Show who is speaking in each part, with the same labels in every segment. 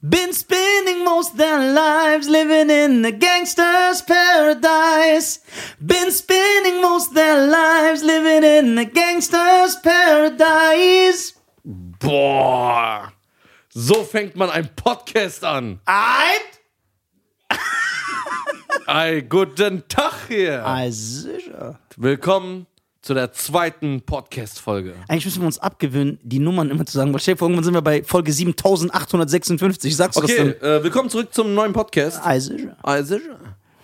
Speaker 1: Been spending most their lives living in the gangster's paradise. Been spending most their lives living in the gangster's paradise.
Speaker 2: Boah. So fängt man einen Podcast an.
Speaker 1: Ein?
Speaker 2: Ei, guten Tag hier.
Speaker 1: Ah, sicher.
Speaker 2: Willkommen zu der zweiten Podcast-Folge.
Speaker 1: Eigentlich müssen wir uns abgewöhnen, die Nummern immer zu sagen, weil stell dir vor, irgendwann sind wir bei Folge 7856. Sagst du
Speaker 2: Okay,
Speaker 1: das denn?
Speaker 2: äh, willkommen zurück zum neuen Podcast.
Speaker 1: Ah, sicher.
Speaker 2: Also,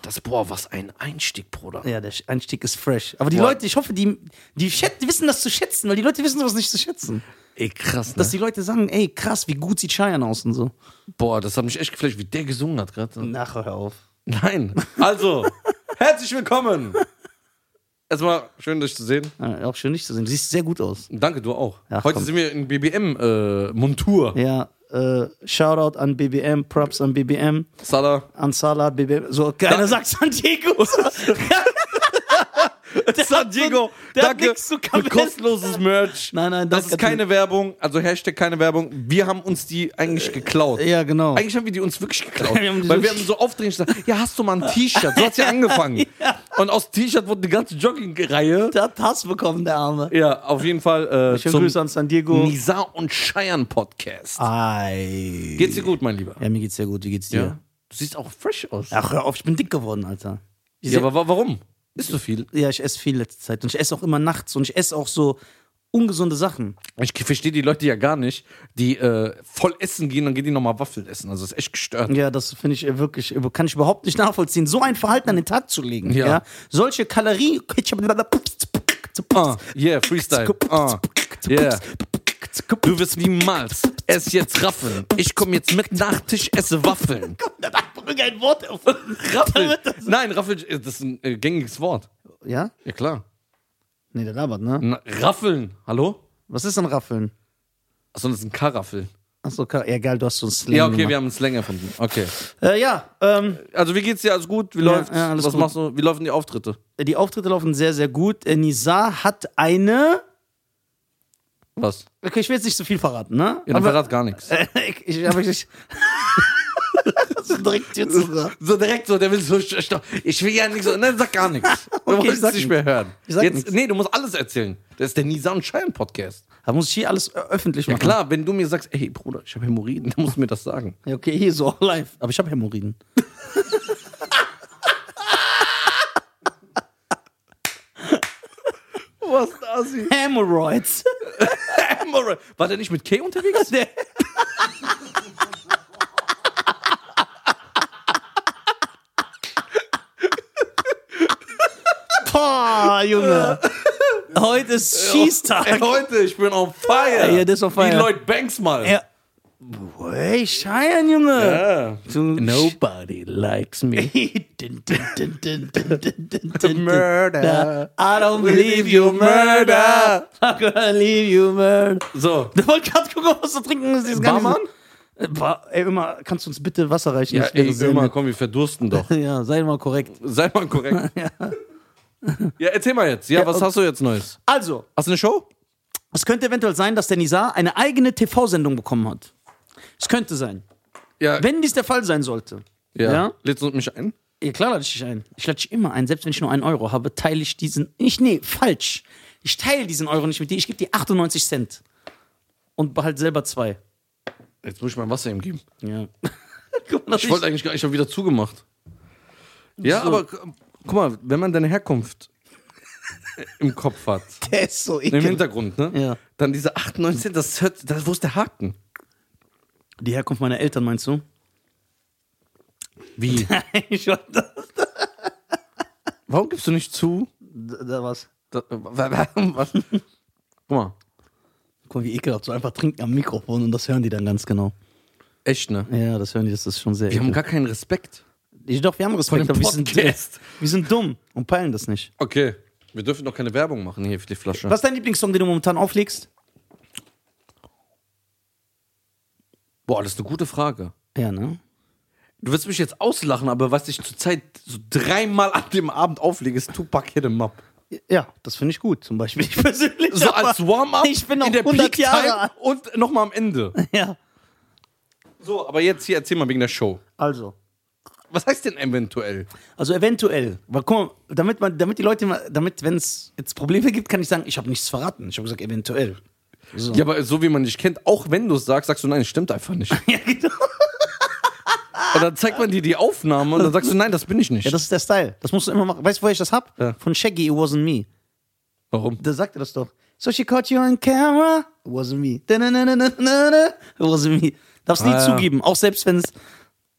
Speaker 2: das, boah, was ein Einstieg, Bruder.
Speaker 1: Ja, der Einstieg ist fresh. Aber die
Speaker 2: Boah.
Speaker 1: Leute, ich hoffe, die, die, schät- die wissen das zu schätzen, weil die Leute wissen sowas nicht zu schätzen.
Speaker 2: Ey, krass, ne?
Speaker 1: Dass die Leute sagen, ey, krass, wie gut sieht Cheyenne aus und so.
Speaker 2: Boah, das hat mich echt geflasht, wie der gesungen hat gerade.
Speaker 1: Ach, hör auf.
Speaker 2: Nein. Also, herzlich willkommen. Erstmal schön, dich zu sehen.
Speaker 1: Ah, Ja, auch schön, dich zu sehen. Du siehst sehr gut aus.
Speaker 2: Danke, du auch.
Speaker 1: Ach,
Speaker 2: Heute
Speaker 1: komm.
Speaker 2: sind wir in BBM-Montur.
Speaker 1: Ja, äh, Shoutout an BBM, Props an BBM,
Speaker 2: Salah.
Speaker 1: an Salah, BBM. So, keiner sagt San Diego.
Speaker 2: San Diego,
Speaker 1: der hat
Speaker 2: danke
Speaker 1: nix zu
Speaker 2: für
Speaker 1: kamellen.
Speaker 2: kostenloses Merch.
Speaker 1: Nein, nein,
Speaker 2: das
Speaker 1: danke.
Speaker 2: ist keine Werbung, also Hashtag keine Werbung. Wir haben uns die eigentlich geklaut.
Speaker 1: Äh, ja, genau.
Speaker 2: Eigentlich haben wir die uns wirklich geklaut.
Speaker 1: Wir haben die
Speaker 2: weil
Speaker 1: so-
Speaker 2: wir haben so aufdringlich gesagt, ja, hast du mal ein T-Shirt? So hat's ja angefangen. Und aus T-Shirt wurde eine ganze Jogging-Reihe.
Speaker 1: Der hat Hass bekommen, der Arme.
Speaker 2: Ja, auf jeden Fall äh,
Speaker 1: Schönen
Speaker 2: zum
Speaker 1: Grüße an San Diego.
Speaker 2: Nizar und Scheiern Podcast.
Speaker 1: Ei.
Speaker 2: Geht's dir gut, mein Lieber?
Speaker 1: Ah. Ja, mir geht's sehr gut. Wie geht's dir?
Speaker 2: Ja. Du siehst auch fresh aus. Ja,
Speaker 1: Ach, hör auf, ich bin dick geworden, Alter. Ich seh-
Speaker 2: aber wa- warum? Ist so viel.
Speaker 1: ja, ich esse viel letzte Zeit. Und ich esse auch immer nachts und ich esse auch so ungesunde Sachen.
Speaker 2: Ich verstehe die Leute ja gar nicht, die äh, voll essen gehen, dann gehen die nochmal Waffeln essen. Also ist echt gestört.
Speaker 1: Ja, das finde ich äh, wirklich, äh, kann ich überhaupt nicht nachvollziehen, so ein Verhalten an den Tag zu legen. Ja.
Speaker 2: Ja.
Speaker 1: Solche Kalorien.
Speaker 2: Ah, yeah, Freestyle. Ah, yeah. Du wirst niemals es jetzt raffeln. Ich komme jetzt mit Nachtisch, esse Waffeln.
Speaker 1: Irgendein Wort erfunden.
Speaker 2: Raffeln. Nein, Raffeln, äh, das ist ein äh, gängiges Wort.
Speaker 1: Ja?
Speaker 2: Ja, klar.
Speaker 1: Nee, der labert, ne?
Speaker 2: Na, raffeln. Hallo?
Speaker 1: Was ist denn Raffeln?
Speaker 2: Achso, das ist ein Karaffel.
Speaker 1: Achso, ka- ja, geil, du hast so ein Slang.
Speaker 2: Ja, okay, wir
Speaker 1: gemacht.
Speaker 2: haben einen Slang erfunden. Okay.
Speaker 1: Äh, ja, ähm,
Speaker 2: Also, wie geht's dir? Alles gut? Wie
Speaker 1: Ja,
Speaker 2: läuft's?
Speaker 1: ja, alles
Speaker 2: Was
Speaker 1: gut.
Speaker 2: machst du? Wie laufen die Auftritte?
Speaker 1: die Auftritte laufen sehr, sehr gut. Äh, Nizar hat eine.
Speaker 2: Was?
Speaker 1: Okay, ich will jetzt nicht so viel verraten, ne?
Speaker 2: Ja, dann verrat gar nichts.
Speaker 1: ich, ich, aber ich. so direkt hier sogar.
Speaker 2: So direkt so, der will so, st- st- ich will ja nicht so, nein, sag gar nichts. Du
Speaker 1: Okay, ich
Speaker 2: willst
Speaker 1: sag
Speaker 2: es nicht
Speaker 1: nix.
Speaker 2: mehr hören.
Speaker 1: Ich sag
Speaker 2: Jetzt,
Speaker 1: nix.
Speaker 2: nee, du musst alles erzählen. Das ist der Nisa und Schein Podcast.
Speaker 1: Da muss ich hier alles äh, öffentlich
Speaker 2: Ja
Speaker 1: machen.
Speaker 2: klar, wenn du mir sagst, ey Bruder, ich habe Hämorrhoiden, dann musst du mir das sagen.
Speaker 1: Ja, okay, hier so auch live. Aber ich habe Hämorrhoiden.
Speaker 2: Was das hier?
Speaker 1: Hämorrhoids.
Speaker 2: War der nicht mit K unterwegs?
Speaker 1: Der- Boah, Junge. Heute ist
Speaker 2: Ey,
Speaker 1: Schießtag.
Speaker 2: heute, ich bin on fire.
Speaker 1: Ja, das ist on fire.
Speaker 2: Wie Lloyd Banks mal.
Speaker 1: Ja. Hey, Cheyenne, Junge.
Speaker 2: Ja.
Speaker 1: Du-
Speaker 2: Nobody likes me.
Speaker 1: Din, din, din, din, din, din, din, din.
Speaker 2: Murder.
Speaker 1: I don't believe you murder. I'm gonna leave you murder.
Speaker 2: So.
Speaker 1: Der wollte gerade gucken, was zu trinken ist. dieses ganze-
Speaker 2: Barmann?
Speaker 1: Äh, Bar, ey, immer, kannst du uns bitte Wasser reichen?
Speaker 2: Ja,
Speaker 1: Ich wäre
Speaker 2: ey,
Speaker 1: sehr
Speaker 2: immer,
Speaker 1: nett.
Speaker 2: komm, wir verdursten doch.
Speaker 1: Ja, sei mal korrekt.
Speaker 2: Sei mal korrekt. ja. erzähl mal jetzt. Ja, was
Speaker 1: okay.
Speaker 2: hast du jetzt Neues?
Speaker 1: Also,
Speaker 2: Hast du eine Show?
Speaker 1: es könnte eventuell sein, dass der Nizar eine eigene TV-Sendung bekommen hat. Es könnte sein.
Speaker 2: Ja,
Speaker 1: Wenn dies der Fall sein sollte.
Speaker 2: Ja.
Speaker 1: Ja?
Speaker 2: Lädst du mich ein?
Speaker 1: Ja, klar lade ich dich ein. Ich lade dich immer ein. Selbst wenn ich nur einen Euro habe, teile ich diesen. Ich, nee, falsch. Ich teile diesen Euro nicht mit dir. Ich gebe dir 98 Cent. Und behalte selber zwei.
Speaker 2: Jetzt muss ich mein Wasser ihm geben.
Speaker 1: Ja. Guck mal, dass
Speaker 2: Ich wollte eigentlich gar nicht, ich habe wieder zugemacht. Ja,
Speaker 1: So.
Speaker 2: aber gu- guck mal, wenn man deine Herkunft im Kopf hat,
Speaker 1: Der ist so
Speaker 2: im
Speaker 1: ekelhaft.
Speaker 2: Hintergrund, ne?
Speaker 1: Ja.
Speaker 2: Dann diese 8, 19, das hört, das, wo ist der Haken?
Speaker 1: Die Herkunft meiner Eltern, meinst du?
Speaker 2: Wie?
Speaker 1: ich wollte da,
Speaker 2: Warum gibst du nicht zu?
Speaker 1: da was.
Speaker 2: da- was? Guck mal,
Speaker 1: Guck mal, wie ekelhaft. So einfach trinken am Mikrofon und das hören die dann ganz genau.
Speaker 2: echt, ne?
Speaker 1: Ja, das hören die, das ist schon sehr
Speaker 2: Wir haben
Speaker 1: ekelhaft.
Speaker 2: gar keinen Respekt.
Speaker 1: Ich, doch, wir haben Respekt, aber wir sind, wir sind dumm und peilen das nicht.
Speaker 2: Okay, wir dürfen doch keine Werbung machen hier für die Flasche.
Speaker 1: Was ist dein Lieblingssong, den du momentan auflegst?
Speaker 2: Boah, das ist eine gute Frage.
Speaker 1: Ja, ne?
Speaker 2: Du wirst mich jetzt auslachen, aber was ich zurzeit so dreimal an dem Abend auflege, ist Tupac Hit 'em Up.
Speaker 1: Ja, das finde ich gut, zum Beispiel. Ich persönlich.
Speaker 2: So
Speaker 1: aber-
Speaker 2: als Warm-up
Speaker 1: Ich bin noch
Speaker 2: in der
Speaker 1: 100
Speaker 2: Peak-Time
Speaker 1: Jahre alt.
Speaker 2: und nochmal am Ende.
Speaker 1: Ja.
Speaker 2: So, aber jetzt hier erzähl mal wegen der Show.
Speaker 1: Also.
Speaker 2: Was heißt denn eventuell?
Speaker 1: Also eventuell, weil guck mal, damit man, damit die Leute mal, damit, wenn es jetzt Probleme gibt, kann ich sagen, ich habe nichts verraten. Ich habe gesagt, eventuell. So.
Speaker 2: Ja, aber so wie man dich kennt, auch wenn du es sagst, sagst du nein, es stimmt einfach nicht.
Speaker 1: Ja, genau.
Speaker 2: Und dann zeigt man dir die Aufnahme und dann sagst du nein, das bin ich nicht.
Speaker 1: ja, das ist der Style. Das musst du immer machen. Weißt du, woher ich das hab?
Speaker 2: Ja.
Speaker 1: Von Shaggy, it wasn't me.
Speaker 2: Warum?
Speaker 1: Da sagt er das doch. So she caught you on camera. It wasn't me. Da, na, na, na, na, na, na. It wasn't me. Darfst nie
Speaker 2: Ah, ja.
Speaker 1: zugeben, auch selbst wenn es.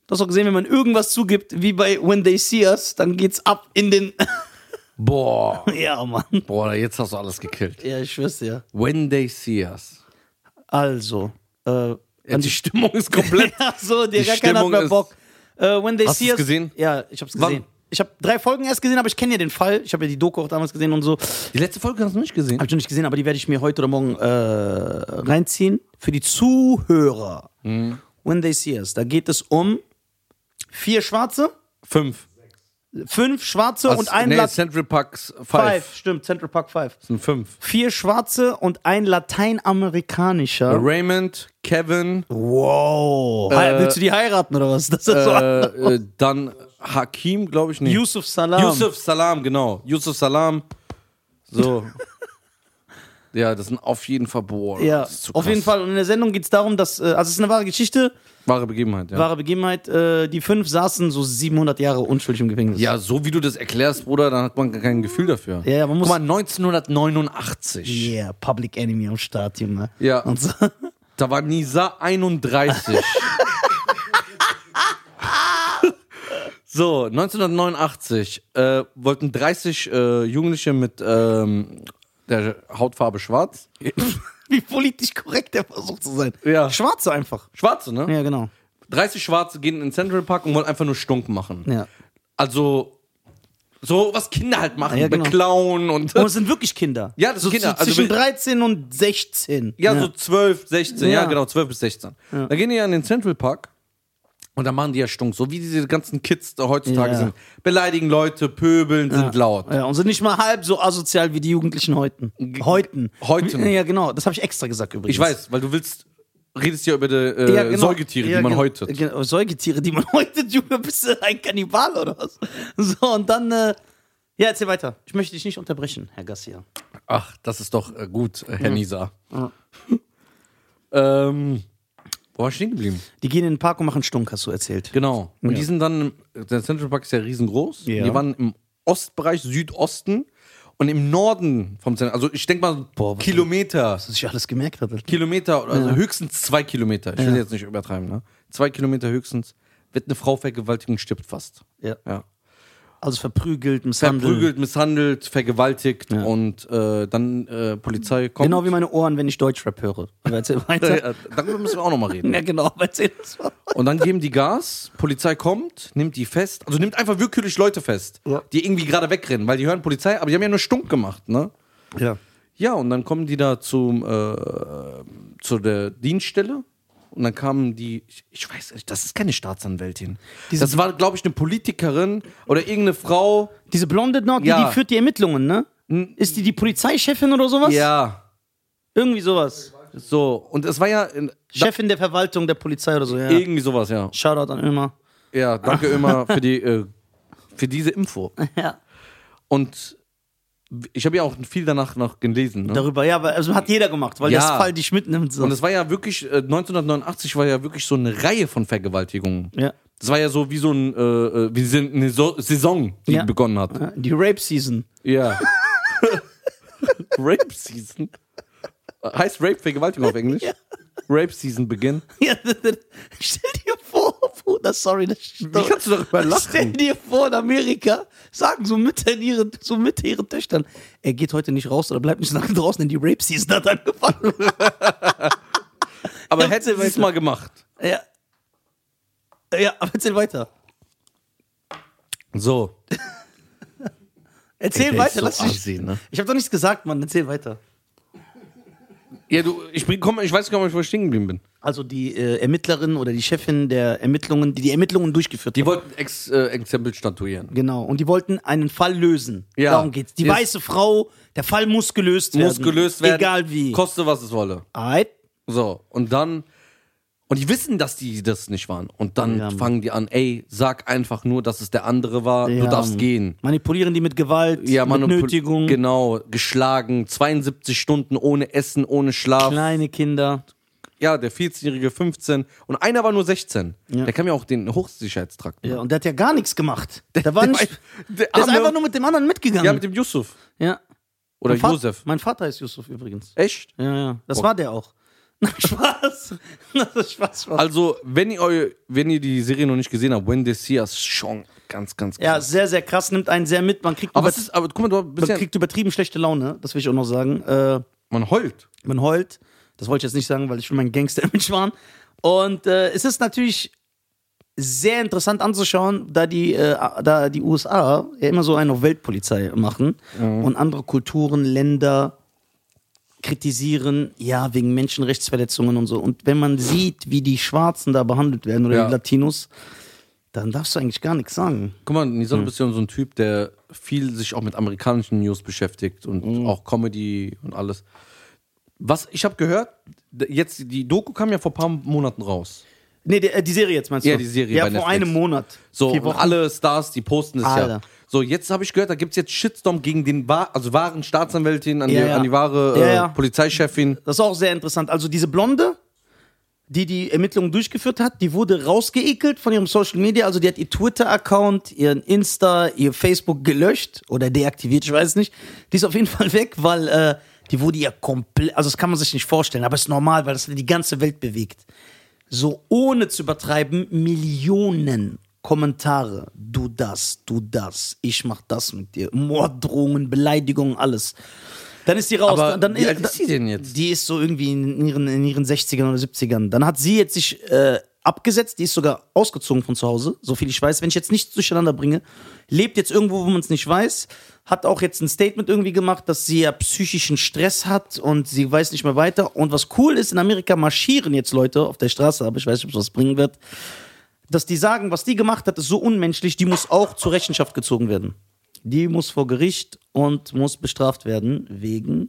Speaker 1: Du hast doch gesehen, wenn man irgendwas zugibt, wie bei When They See Us, dann geht's ab in den.
Speaker 2: Boah.
Speaker 1: ja, Mann.
Speaker 2: Boah, jetzt hast du alles gekillt.
Speaker 1: Ja, ich schwör's dir.
Speaker 2: When they see us.
Speaker 1: Also, äh,
Speaker 2: Ja, die Stimmung ist komplett.
Speaker 1: Ach so, der
Speaker 2: Die
Speaker 1: gar keiner hat
Speaker 2: Stimmung
Speaker 1: mehr
Speaker 2: ist-
Speaker 1: Bock. Äh, When They
Speaker 2: Hast
Speaker 1: See
Speaker 2: du's
Speaker 1: Us-
Speaker 2: gesehen?
Speaker 1: Ja, ich hab's
Speaker 2: Wann?
Speaker 1: gesehen. Ich habe drei Folgen erst gesehen, aber ich kenne ja den Fall. Ich habe ja die Doku auch damals gesehen und so.
Speaker 2: Die letzte Folge hast du nicht gesehen.
Speaker 1: Habe ich noch nicht gesehen, aber die werde ich mir heute oder morgen äh, reinziehen. Für die Zuhörer.
Speaker 2: Mhm.
Speaker 1: When They See Us. Da geht es um vier Schwarze,
Speaker 2: Fünf.
Speaker 1: fünf Schwarze und ein
Speaker 2: nee,
Speaker 1: Lat-
Speaker 2: Central Parks
Speaker 1: Five.
Speaker 2: Five.
Speaker 1: Stimmt, Central Park Five.
Speaker 2: Das sind fünf.
Speaker 1: Vier Schwarze und ein lateinamerikanischer.
Speaker 2: Raymond, Kevin,
Speaker 1: Wow. He- Willst du die heiraten oder was? Das ist
Speaker 2: äh,
Speaker 1: so.
Speaker 2: äh, dann Hakim, glaube ich nicht.
Speaker 1: Yusuf Salam.
Speaker 2: Yusuf Salam, genau. Yusuf Salam. So. ja, das sind auf jeden Fall boah.
Speaker 1: Ja,
Speaker 2: das ist zu
Speaker 1: auf jeden
Speaker 2: krass.
Speaker 1: Fall. Und in der Sendung geht es darum, dass, äh, also es ist eine wahre Geschichte,
Speaker 2: Wahre Begebenheit, ja.
Speaker 1: wahre Begebenheit, äh, die fünf saßen so 700 Jahre unschuldig im Gefängnis.
Speaker 2: Ja, so wie du das erklärst, Bruder, dann hat man gar kein Gefühl dafür.
Speaker 1: Ja, ja, man muss-
Speaker 2: Guck mal, 1989.
Speaker 1: Yeah, Public Enemy am Start, Junge.
Speaker 2: Ja.
Speaker 1: Und so.
Speaker 2: Da war Nisa 31. so, 1989 äh, wollten 30 äh, Jugendliche mit ähm, der Hautfarbe schwarz.
Speaker 1: Wie politisch korrekt der versucht zu sein.
Speaker 2: Ja.
Speaker 1: Schwarze einfach.
Speaker 2: Schwarze, ne?
Speaker 1: Ja, genau.
Speaker 2: 30 Schwarze gehen in den Central Park und wollen einfach nur Stunk machen.
Speaker 1: Ja.
Speaker 2: Also, so was Kinder halt machen,
Speaker 1: Ja, genau.
Speaker 2: beklauen und.
Speaker 1: Und es sind wirklich Kinder.
Speaker 2: Ja, das sind
Speaker 1: so
Speaker 2: Kinder.
Speaker 1: zu-
Speaker 2: Also
Speaker 1: zwischen
Speaker 2: wir-
Speaker 1: 13 und 16.
Speaker 2: Ja, so 12, 16, ja,
Speaker 1: Ja.
Speaker 2: genau, 12 bis 16. Dann gehen die ja in den Central Park und dann machen die ja Stunk, so wie diese ganzen Kids da heutzutage
Speaker 1: Ja.
Speaker 2: sind. Beleidigen Leute, pöbeln, sind laut.
Speaker 1: Ja, und sind nicht mal halb so asozial wie die Jugendlichen heuten. Heuten.
Speaker 2: Heuten.
Speaker 1: Ja, genau. Das habe ich extra gesagt übrigens.
Speaker 2: Ich weiß, weil du willst, redest ja über die äh,
Speaker 1: Ja, genau.
Speaker 2: Säugetiere,
Speaker 1: Ja,
Speaker 2: die man
Speaker 1: genau.
Speaker 2: häutet.
Speaker 1: Genau, Säugetiere, die man häutet, Junge, bist du ein Kannibal oder was? So, und dann, äh, ja, erzähl weiter. Ich möchte dich nicht unterbrechen, Herr Garcia.
Speaker 2: Ach, das ist doch äh, gut, äh, Herr Nisa.
Speaker 1: Ja.
Speaker 2: ähm, wo war ich stehen geblieben?
Speaker 1: Die gehen in den Park und machen Stunk, hast du erzählt.
Speaker 2: Genau. Und die sind dann, im- der Central Park ist ja riesengroß.
Speaker 1: Ja.
Speaker 2: Die waren im Ostbereich, Südosten und im Norden vom Central. Also ich denke mal,
Speaker 1: Boah, was-
Speaker 2: Kilometer.
Speaker 1: Dass ich alles gemerkt hatte.
Speaker 2: Kilometer, also höchstens zwei Kilometer. Ich will jetzt nicht übertreiben, ne? Zwei Kilometer höchstens wird eine Frau vergewaltigt und stirbt fast.
Speaker 1: Ja.
Speaker 2: Ja.
Speaker 1: Also verprügelt, misshandelt.
Speaker 2: Verprügelt, misshandelt, vergewaltigt und äh, dann äh, Polizei kommt.
Speaker 1: Genau wie meine Ohren, wenn ich Deutschrap höre. Aber erzähl weiter.
Speaker 2: Äh, darüber müssen wir auch nochmal reden.
Speaker 1: ja, genau, aber erzähl das mal.
Speaker 2: Und dann geben die Gas, Polizei kommt, nimmt die fest, also nimmt einfach willkürlich Leute fest,
Speaker 1: Ja.
Speaker 2: die irgendwie gerade wegrennen, weil die hören Polizei, aber die haben ja nur Stunk gemacht, ne?
Speaker 1: Ja.
Speaker 2: Ja, und dann kommen die da zum, äh, zu der Dienststelle. Und dann kamen die, ich, ich weiß nicht, das ist keine Staatsanwältin.
Speaker 1: Diese-
Speaker 2: das war, glaube ich, eine Politikerin oder irgendeine Frau.
Speaker 1: Diese blonde Nord, die,
Speaker 2: Ja.
Speaker 1: die führt die Ermittlungen, ne? Ist die die Polizeichefin oder sowas?
Speaker 2: Ja,
Speaker 1: Irgendwie sowas.
Speaker 2: so. Und es war ja in,
Speaker 1: Chefin der Verwaltung der Polizei oder so, ja.
Speaker 2: irgendwie sowas, ja.
Speaker 1: Shoutout an Ömer.
Speaker 2: Ja, danke immer für, die, äh, für diese Info.
Speaker 1: Ja.
Speaker 2: Und ich habe ja auch viel danach noch gelesen. Ne?
Speaker 1: darüber. Ja, aber also hat jeder gemacht, weil
Speaker 2: Ja.
Speaker 1: das Fall dich mitnimmt. So.
Speaker 2: Und es war ja wirklich, äh, 1989 war ja wirklich so eine Reihe von Vergewaltigungen.
Speaker 1: ja.
Speaker 2: Das war ja so wie so ein, äh, äh, wie so eine so Saison, die
Speaker 1: Ja.
Speaker 2: begonnen hat.
Speaker 1: Ja, Die Rape Season.
Speaker 2: Ja. Rape Season? Heißt Rape Vergewaltigung auf Englisch?
Speaker 1: Ja.
Speaker 2: Rape Season Beginn.
Speaker 1: Ja, stell dir vor, Bruder, sorry, das
Speaker 2: Wie kannst du darüber
Speaker 1: Stell
Speaker 2: lachen?
Speaker 1: dir vor, in Amerika sagen so Mütter in ihren, so Mütter ihren Töchtern, er geht heute nicht raus oder bleibt nicht so lange draußen, denn die Rape Season hat angefangen.
Speaker 2: Aber
Speaker 1: Ja,
Speaker 2: hätte sie es
Speaker 1: weiter.
Speaker 2: mal gemacht.
Speaker 1: ja. Ja, aber erzähl weiter.
Speaker 2: So.
Speaker 1: Erzähl weiter, lass mich.
Speaker 2: sehen, ne?
Speaker 1: Ich habe doch nichts gesagt, Mann, erzähl weiter.
Speaker 2: Ja, du, ich, bin, komm, ich weiß gar nicht, wo ich stehen geblieben bin.
Speaker 1: Also die äh, Ermittlerin oder die Chefin der Ermittlungen, die die Ermittlungen durchgeführt
Speaker 2: Die
Speaker 1: hat.
Speaker 2: wollten Ex, äh, Exempel statuieren.
Speaker 1: Genau, und die wollten einen Fall lösen.
Speaker 2: Ja.
Speaker 1: Darum geht's. Die
Speaker 2: Yes.
Speaker 1: weiße Frau, der Fall muss gelöst werden.
Speaker 2: Muss gelöst werden.
Speaker 1: Egal wie.
Speaker 2: Koste, was es wolle.
Speaker 1: Alright.
Speaker 2: So. Und dann. Und die wissen, dass die das nicht waren. Und dann
Speaker 1: Ja, Mann.
Speaker 2: fangen die an, ey, sag einfach nur, dass es der andere war,
Speaker 1: Ja,
Speaker 2: du darfst
Speaker 1: Mann.
Speaker 2: gehen.
Speaker 1: Manipulieren die mit Gewalt,
Speaker 2: Ja,
Speaker 1: mit
Speaker 2: manipul-
Speaker 1: Nötigung,
Speaker 2: Genau, geschlagen, 72 Stunden ohne Essen, ohne Schlaf.
Speaker 1: kleine Kinder.
Speaker 2: Ja, der 14-Jährige 15 und einer war nur 16.
Speaker 1: Ja.
Speaker 2: Der kam ja auch den Hochsicherheitstrakt.
Speaker 1: Ja, und der hat ja gar nichts gemacht. Der, war
Speaker 2: der
Speaker 1: nicht,
Speaker 2: war-
Speaker 1: der
Speaker 2: der
Speaker 1: ist
Speaker 2: arme-
Speaker 1: einfach nur mit dem anderen mitgegangen.
Speaker 2: Ja, mit dem Yusuf.
Speaker 1: Ja.
Speaker 2: Oder
Speaker 1: mein Vater-
Speaker 2: Josef.
Speaker 1: Mein Vater ist Yusuf übrigens.
Speaker 2: Echt?
Speaker 1: Ja, ja. Das war der auch. Na, Spaß. Das ist Spaß, Spaß.
Speaker 2: Also, wenn ihr, eu, wenn ihr die Serie noch nicht gesehen habt, When They See Us, schon ganz, ganz
Speaker 1: Ja,
Speaker 2: krass.
Speaker 1: sehr, sehr krass. Nimmt einen sehr mit. Man kriegt, über,
Speaker 2: Aber es ist, aber guck mal, du bist
Speaker 1: man
Speaker 2: ja,
Speaker 1: kriegt übertrieben schlechte Laune. Das will ich auch noch sagen. Äh,
Speaker 2: man heult.
Speaker 1: man heult. Das wollte ich jetzt nicht sagen, weil ich schon mein Gangster-Image war. Und äh, es ist natürlich sehr interessant anzuschauen, da die, äh, da die USA ja immer so eine Weltpolizei machen und andere Kulturen, Länder kritisieren, ja, wegen Menschenrechtsverletzungen und so. Und wenn man sieht, wie die Schwarzen da behandelt werden oder
Speaker 2: Ja.
Speaker 1: die Latinos, dann darfst du eigentlich gar nichts sagen.
Speaker 2: Guck mal, Nisa,
Speaker 1: Hm.
Speaker 2: du bist ja so ein Typ, der viel sich auch mit amerikanischen News beschäftigt und
Speaker 1: Hm.
Speaker 2: auch Comedy und alles. Was, ich habe gehört, d- jetzt, die Doku kam ja vor ein paar Monaten raus.
Speaker 1: Nee, die, äh, die Serie jetzt meinst du?
Speaker 2: Ja, die Serie
Speaker 1: Ja,
Speaker 2: bei
Speaker 1: vor
Speaker 2: Netflix.
Speaker 1: einem Monat.
Speaker 2: So,
Speaker 1: Vier
Speaker 2: und
Speaker 1: Wochen.
Speaker 2: alle Stars, die posten es ja.
Speaker 1: Alle.
Speaker 2: So, jetzt habe ich gehört, da gibt es jetzt Shitstorm gegen den wahr, also wahren Staatsanwältin, an,
Speaker 1: Ja,
Speaker 2: die,
Speaker 1: ja.
Speaker 2: an die wahre
Speaker 1: Ja,
Speaker 2: äh,
Speaker 1: ja.
Speaker 2: Polizeichefin.
Speaker 1: Das ist auch sehr interessant. Also diese Blonde, die die Ermittlungen durchgeführt hat, die wurde rausgeekelt von ihrem Social Media. Also die hat ihr Twitter-Account, ihren Insta, ihr Facebook gelöscht oder deaktiviert, ich weiß nicht. Die ist auf jeden Fall weg, weil äh, die wurde ja komplett, also das kann man sich nicht vorstellen, aber ist normal, weil das die ganze Welt bewegt. So ohne zu übertreiben, Millionen Kommentare. Du das, du das, ich mach das mit dir. Morddrohungen, Beleidigungen, alles. Dann ist die raus.
Speaker 2: Aber
Speaker 1: dann,
Speaker 2: wie alt ist die denn jetzt?
Speaker 1: die ist so irgendwie in ihren, in ihren 60ern oder 70ern. Dann hat sie jetzt sich äh, abgesetzt, die ist sogar ausgezogen von zu Hause, so viel ich weiß. Wenn ich jetzt nichts durcheinander bringe, lebt jetzt irgendwo, wo man es nicht weiß, hat auch jetzt ein Statement irgendwie gemacht, dass sie ja psychischen Stress hat und sie weiß nicht mehr weiter. Und was cool ist, in Amerika marschieren jetzt Leute auf der Straße, aber ich weiß nicht, ob es was bringen wird, dass die sagen, was die gemacht hat, ist so unmenschlich, die muss auch zur Rechenschaft gezogen werden. Die muss vor Gericht und muss bestraft werden wegen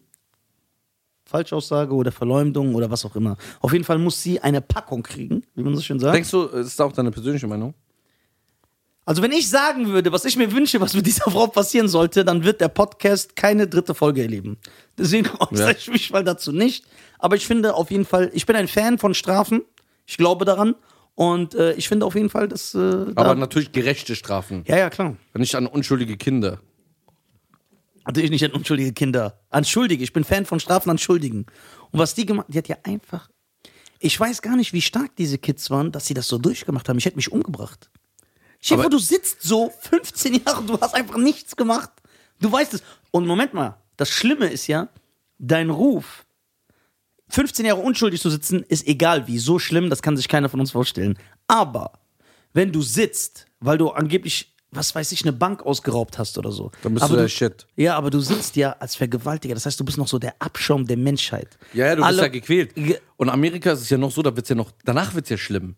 Speaker 1: Falschaussage oder Verleumdung oder was auch immer. Auf jeden Fall muss sie eine Packung kriegen, wie man so schön sagt.
Speaker 2: Denkst du, es ist auch deine persönliche Meinung?
Speaker 1: Ähm. Also wenn ich sagen würde, was ich mir wünsche, was mit dieser Frau passieren sollte, dann wird der Podcast keine dritte Folge erleben. Deswegen äußere ich mich mal dazu nicht. Aber ich finde auf jeden Fall, ich bin ein Fan von Strafen. Ich glaube daran. Und äh, ich finde auf jeden Fall, dass... Äh,
Speaker 2: Aber
Speaker 1: da,
Speaker 2: natürlich gerechte Strafen.
Speaker 1: ja, ja, klar.
Speaker 2: Nicht an unschuldige Kinder.
Speaker 1: Natürlich nicht an unschuldige Kinder. An Schuldige. Ich bin Fan von Strafen an Schuldigen. Und was die gemacht, die hat ja einfach. Ich weiß gar nicht, wie stark diese Kids waren, dass sie das so durchgemacht haben. Ich hätte mich umgebracht. Stell dir
Speaker 2: Aber-
Speaker 1: vor, du sitzt so 15 Jahre, du hast einfach nichts gemacht. Du weißt es. Und Moment mal, das Schlimme ist ja, dein Ruf, 15 Jahre unschuldig zu sitzen, ist egal wie. So schlimm, das kann sich keiner von uns vorstellen. Aber wenn du sitzt, weil du angeblich, was weiß ich, eine Bank ausgeraubt hast oder so.
Speaker 2: Dann bist
Speaker 1: aber
Speaker 2: du der Shit.
Speaker 1: ja, aber du sitzt ja als Vergewaltiger. Das heißt, du bist noch so der Abschaum der Menschheit.
Speaker 2: Ja, ja, du
Speaker 1: Alle-
Speaker 2: bist ja gequält.
Speaker 1: Ge-
Speaker 2: Und Amerika ist es ja noch so, da wird's ja noch, danach wird's ja schlimm.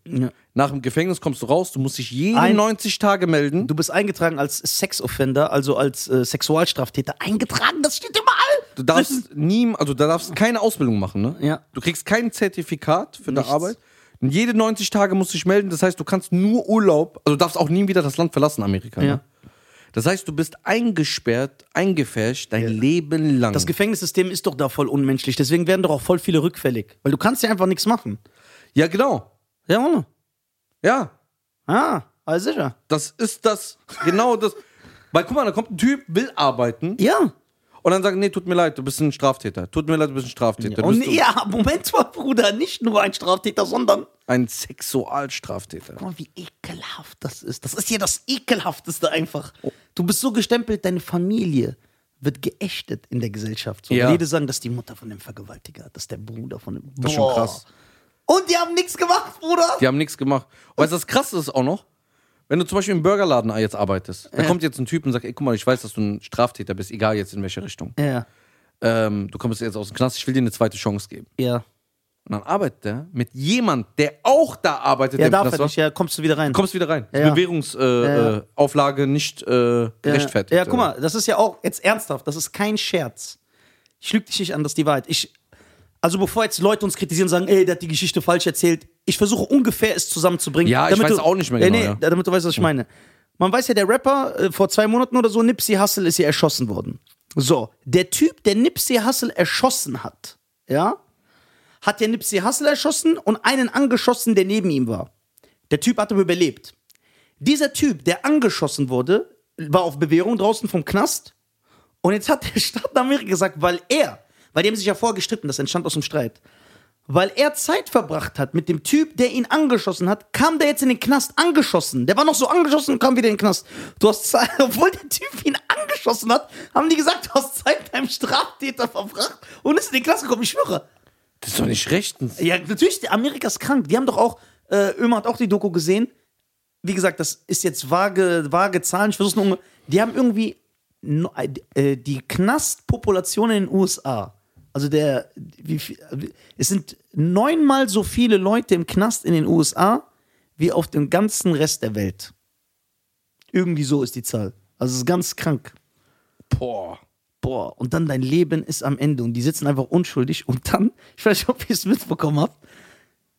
Speaker 2: Nach dem Gefängnis kommst du raus, du musst dich jeden
Speaker 1: Ein-
Speaker 2: 90 Tage melden.
Speaker 1: Du bist eingetragen als Sexoffender, also als äh, Sexualstraftäter. Eingetragen, das steht überall.
Speaker 2: Du darfst nie, also da darfst keine Ausbildung machen, ne?
Speaker 1: Ja.
Speaker 2: Du kriegst kein Zertifikat für deine
Speaker 1: Nichts.
Speaker 2: Arbeit. Und jede 90 Tage musst du dich melden. Das heißt, du kannst nur Urlaub, also du darfst auch nie wieder das Land verlassen, Amerika. Ne?
Speaker 1: Ja.
Speaker 2: Das heißt, du bist eingesperrt, eingefärscht dein Leben lang.
Speaker 1: Das Gefängnissystem ist doch da voll unmenschlich. Deswegen werden doch auch voll viele rückfällig. Weil du kannst ja einfach nichts machen.
Speaker 2: ja, genau.
Speaker 1: Ja, Mann.
Speaker 2: Ja.
Speaker 1: Ah, alles sicher.
Speaker 2: Das ist das, genau das. Weil guck mal, da kommt ein Typ, will arbeiten
Speaker 1: Ja.
Speaker 2: und dann sagt, nee, tut mir leid, du bist ein Straftäter. Tut mir leid, du bist ein Straftäter. Du
Speaker 1: Und
Speaker 2: bist
Speaker 1: ja, Moment mal, Bruder. Nicht nur ein Straftäter, sondern
Speaker 2: ein Sexualstraftäter.
Speaker 1: Oh, wie ekelhaft das ist. Das ist ja das Ekelhafteste einfach. Du bist so gestempelt, deine Familie wird geächtet in der Gesellschaft. So,
Speaker 2: Ja.
Speaker 1: Jede sagen, das ist die Mutter von dem Vergewaltiger, das ist der Bruder von dem.
Speaker 2: Das ist schon krass.
Speaker 1: Und die haben nichts gemacht, Bruder.
Speaker 2: Die haben nichts gemacht. Und weißt du, das Krasse ist auch noch, wenn du zum Beispiel im Burgerladen jetzt arbeitest, da kommt jetzt ein Typ und sagt, ey, guck mal, ich weiß, dass du ein Straftäter bist, egal jetzt in welche Richtung.
Speaker 1: Ja,
Speaker 2: Ähm, du kommst jetzt aus dem Knast, ich will dir eine zweite Chance geben.
Speaker 1: ja.
Speaker 2: Und dann arbeitet der mit jemand, der auch da arbeitet,
Speaker 1: Ja,
Speaker 2: der im
Speaker 1: darf
Speaker 2: Knast
Speaker 1: er
Speaker 2: war.
Speaker 1: nicht. Ja, kommst du wieder rein.
Speaker 2: Kommst wieder rein.
Speaker 1: Ja.
Speaker 2: Bewährungsauflage äh,
Speaker 1: Ja.
Speaker 2: äh, Auflage nicht äh, gerechtfertigt.
Speaker 1: Ja, ja, guck mal, das ist ja auch jetzt ernsthaft, das ist kein Scherz. Ich lüge dich nicht an, das ist die Wahrheit. Ich, also bevor jetzt Leute uns kritisieren und sagen, ey, der hat die Geschichte falsch erzählt, ich versuche ungefähr es zusammenzubringen.
Speaker 2: Ja, ich weiß auch nicht mehr
Speaker 1: Nee,
Speaker 2: genau,
Speaker 1: nee,
Speaker 2: ja.
Speaker 1: damit du weißt, was ich meine. Man weiß ja, der Rapper äh, vor zwei Monaten oder so, Nipsey Hussle ist ja erschossen worden. So, der Typ, der Nipsey Hussle erschossen hat, ja, hat ja Nipsey Hussle erschossen und einen angeschossen, der neben ihm war. Der Typ hat aber überlebt. Dieser Typ, der angeschossen wurde, war auf Bewährung draußen vom Knast und jetzt hat der Staat Amerika gesagt, weil er, weil die haben sich ja vorher gestritten, das entstand aus dem Streit, weil er Zeit verbracht hat mit dem Typ, der ihn angeschossen hat, kam der jetzt in den Knast angeschossen. Der war noch so angeschossen und kam wieder in den Knast. Du hast Zeit, obwohl der Typ ihn angeschossen hat, haben die gesagt, du hast Zeit mit einem Straftäter verbracht und ist in den Knast gekommen, ich schwöre.
Speaker 2: Das ist doch nicht rechtens.
Speaker 1: Ja, natürlich, Amerika ist krank. Die haben doch auch, äh, Ömer hat auch die Doku gesehen. Wie gesagt, das ist jetzt vage, vage Zahlen. Ich versuche nur, um, die haben irgendwie no- äh, die Knastpopulation in den USA. Also der, wie viel, es sind neunmal so viele Leute im Knast in den USA wie auf dem ganzen Rest der Welt. Irgendwie so ist die Zahl. Also es ist ganz krank.
Speaker 2: Boah.
Speaker 1: Boah, und dann dein Leben ist am Ende und die sitzen einfach unschuldig und dann, ich weiß nicht, ob ihr es mitbekommen habt,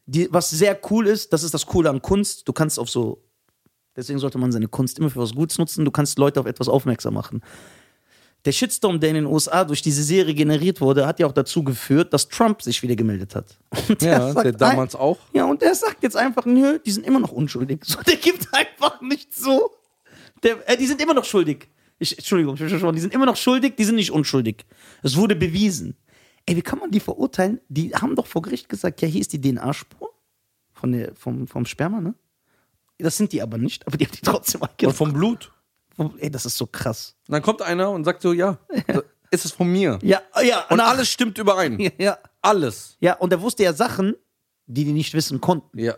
Speaker 1: die, was sehr cool ist, das ist das Coole an Kunst, du kannst auf so, deswegen sollte man seine Kunst immer für was Gutes nutzen, du kannst Leute auf etwas aufmerksam machen. Der Shitstorm, der in den USA durch diese Serie generiert wurde, hat ja auch dazu geführt, dass Trump sich wieder gemeldet hat. Und
Speaker 2: Ja, der
Speaker 1: ein-
Speaker 2: damals auch.
Speaker 1: ja, und der sagt jetzt einfach, nö, die sind immer noch unschuldig. So, der gibt einfach nicht so. Der, äh, die sind immer noch schuldig. Ich, Entschuldigung, ich bin schon, die sind immer noch schuldig, die sind nicht unschuldig. Es wurde bewiesen. Ey, wie kann man die verurteilen? Die haben doch vor Gericht gesagt, ja, hier ist die DNA-Spur von der, vom, vom Sperma, ne? Das sind die aber nicht, aber die haben die trotzdem
Speaker 2: Und
Speaker 1: eingebracht.
Speaker 2: vom Blut.
Speaker 1: Ey, das ist so krass.
Speaker 2: Und dann kommt einer und sagt so, ja, ist es von mir.
Speaker 1: Ja, Ah, ja,
Speaker 2: Und
Speaker 1: na-
Speaker 2: alles stimmt überein.
Speaker 1: Ja,
Speaker 2: Alles.
Speaker 1: ja, und er wusste ja Sachen, die die nicht wissen konnten.
Speaker 2: Ja.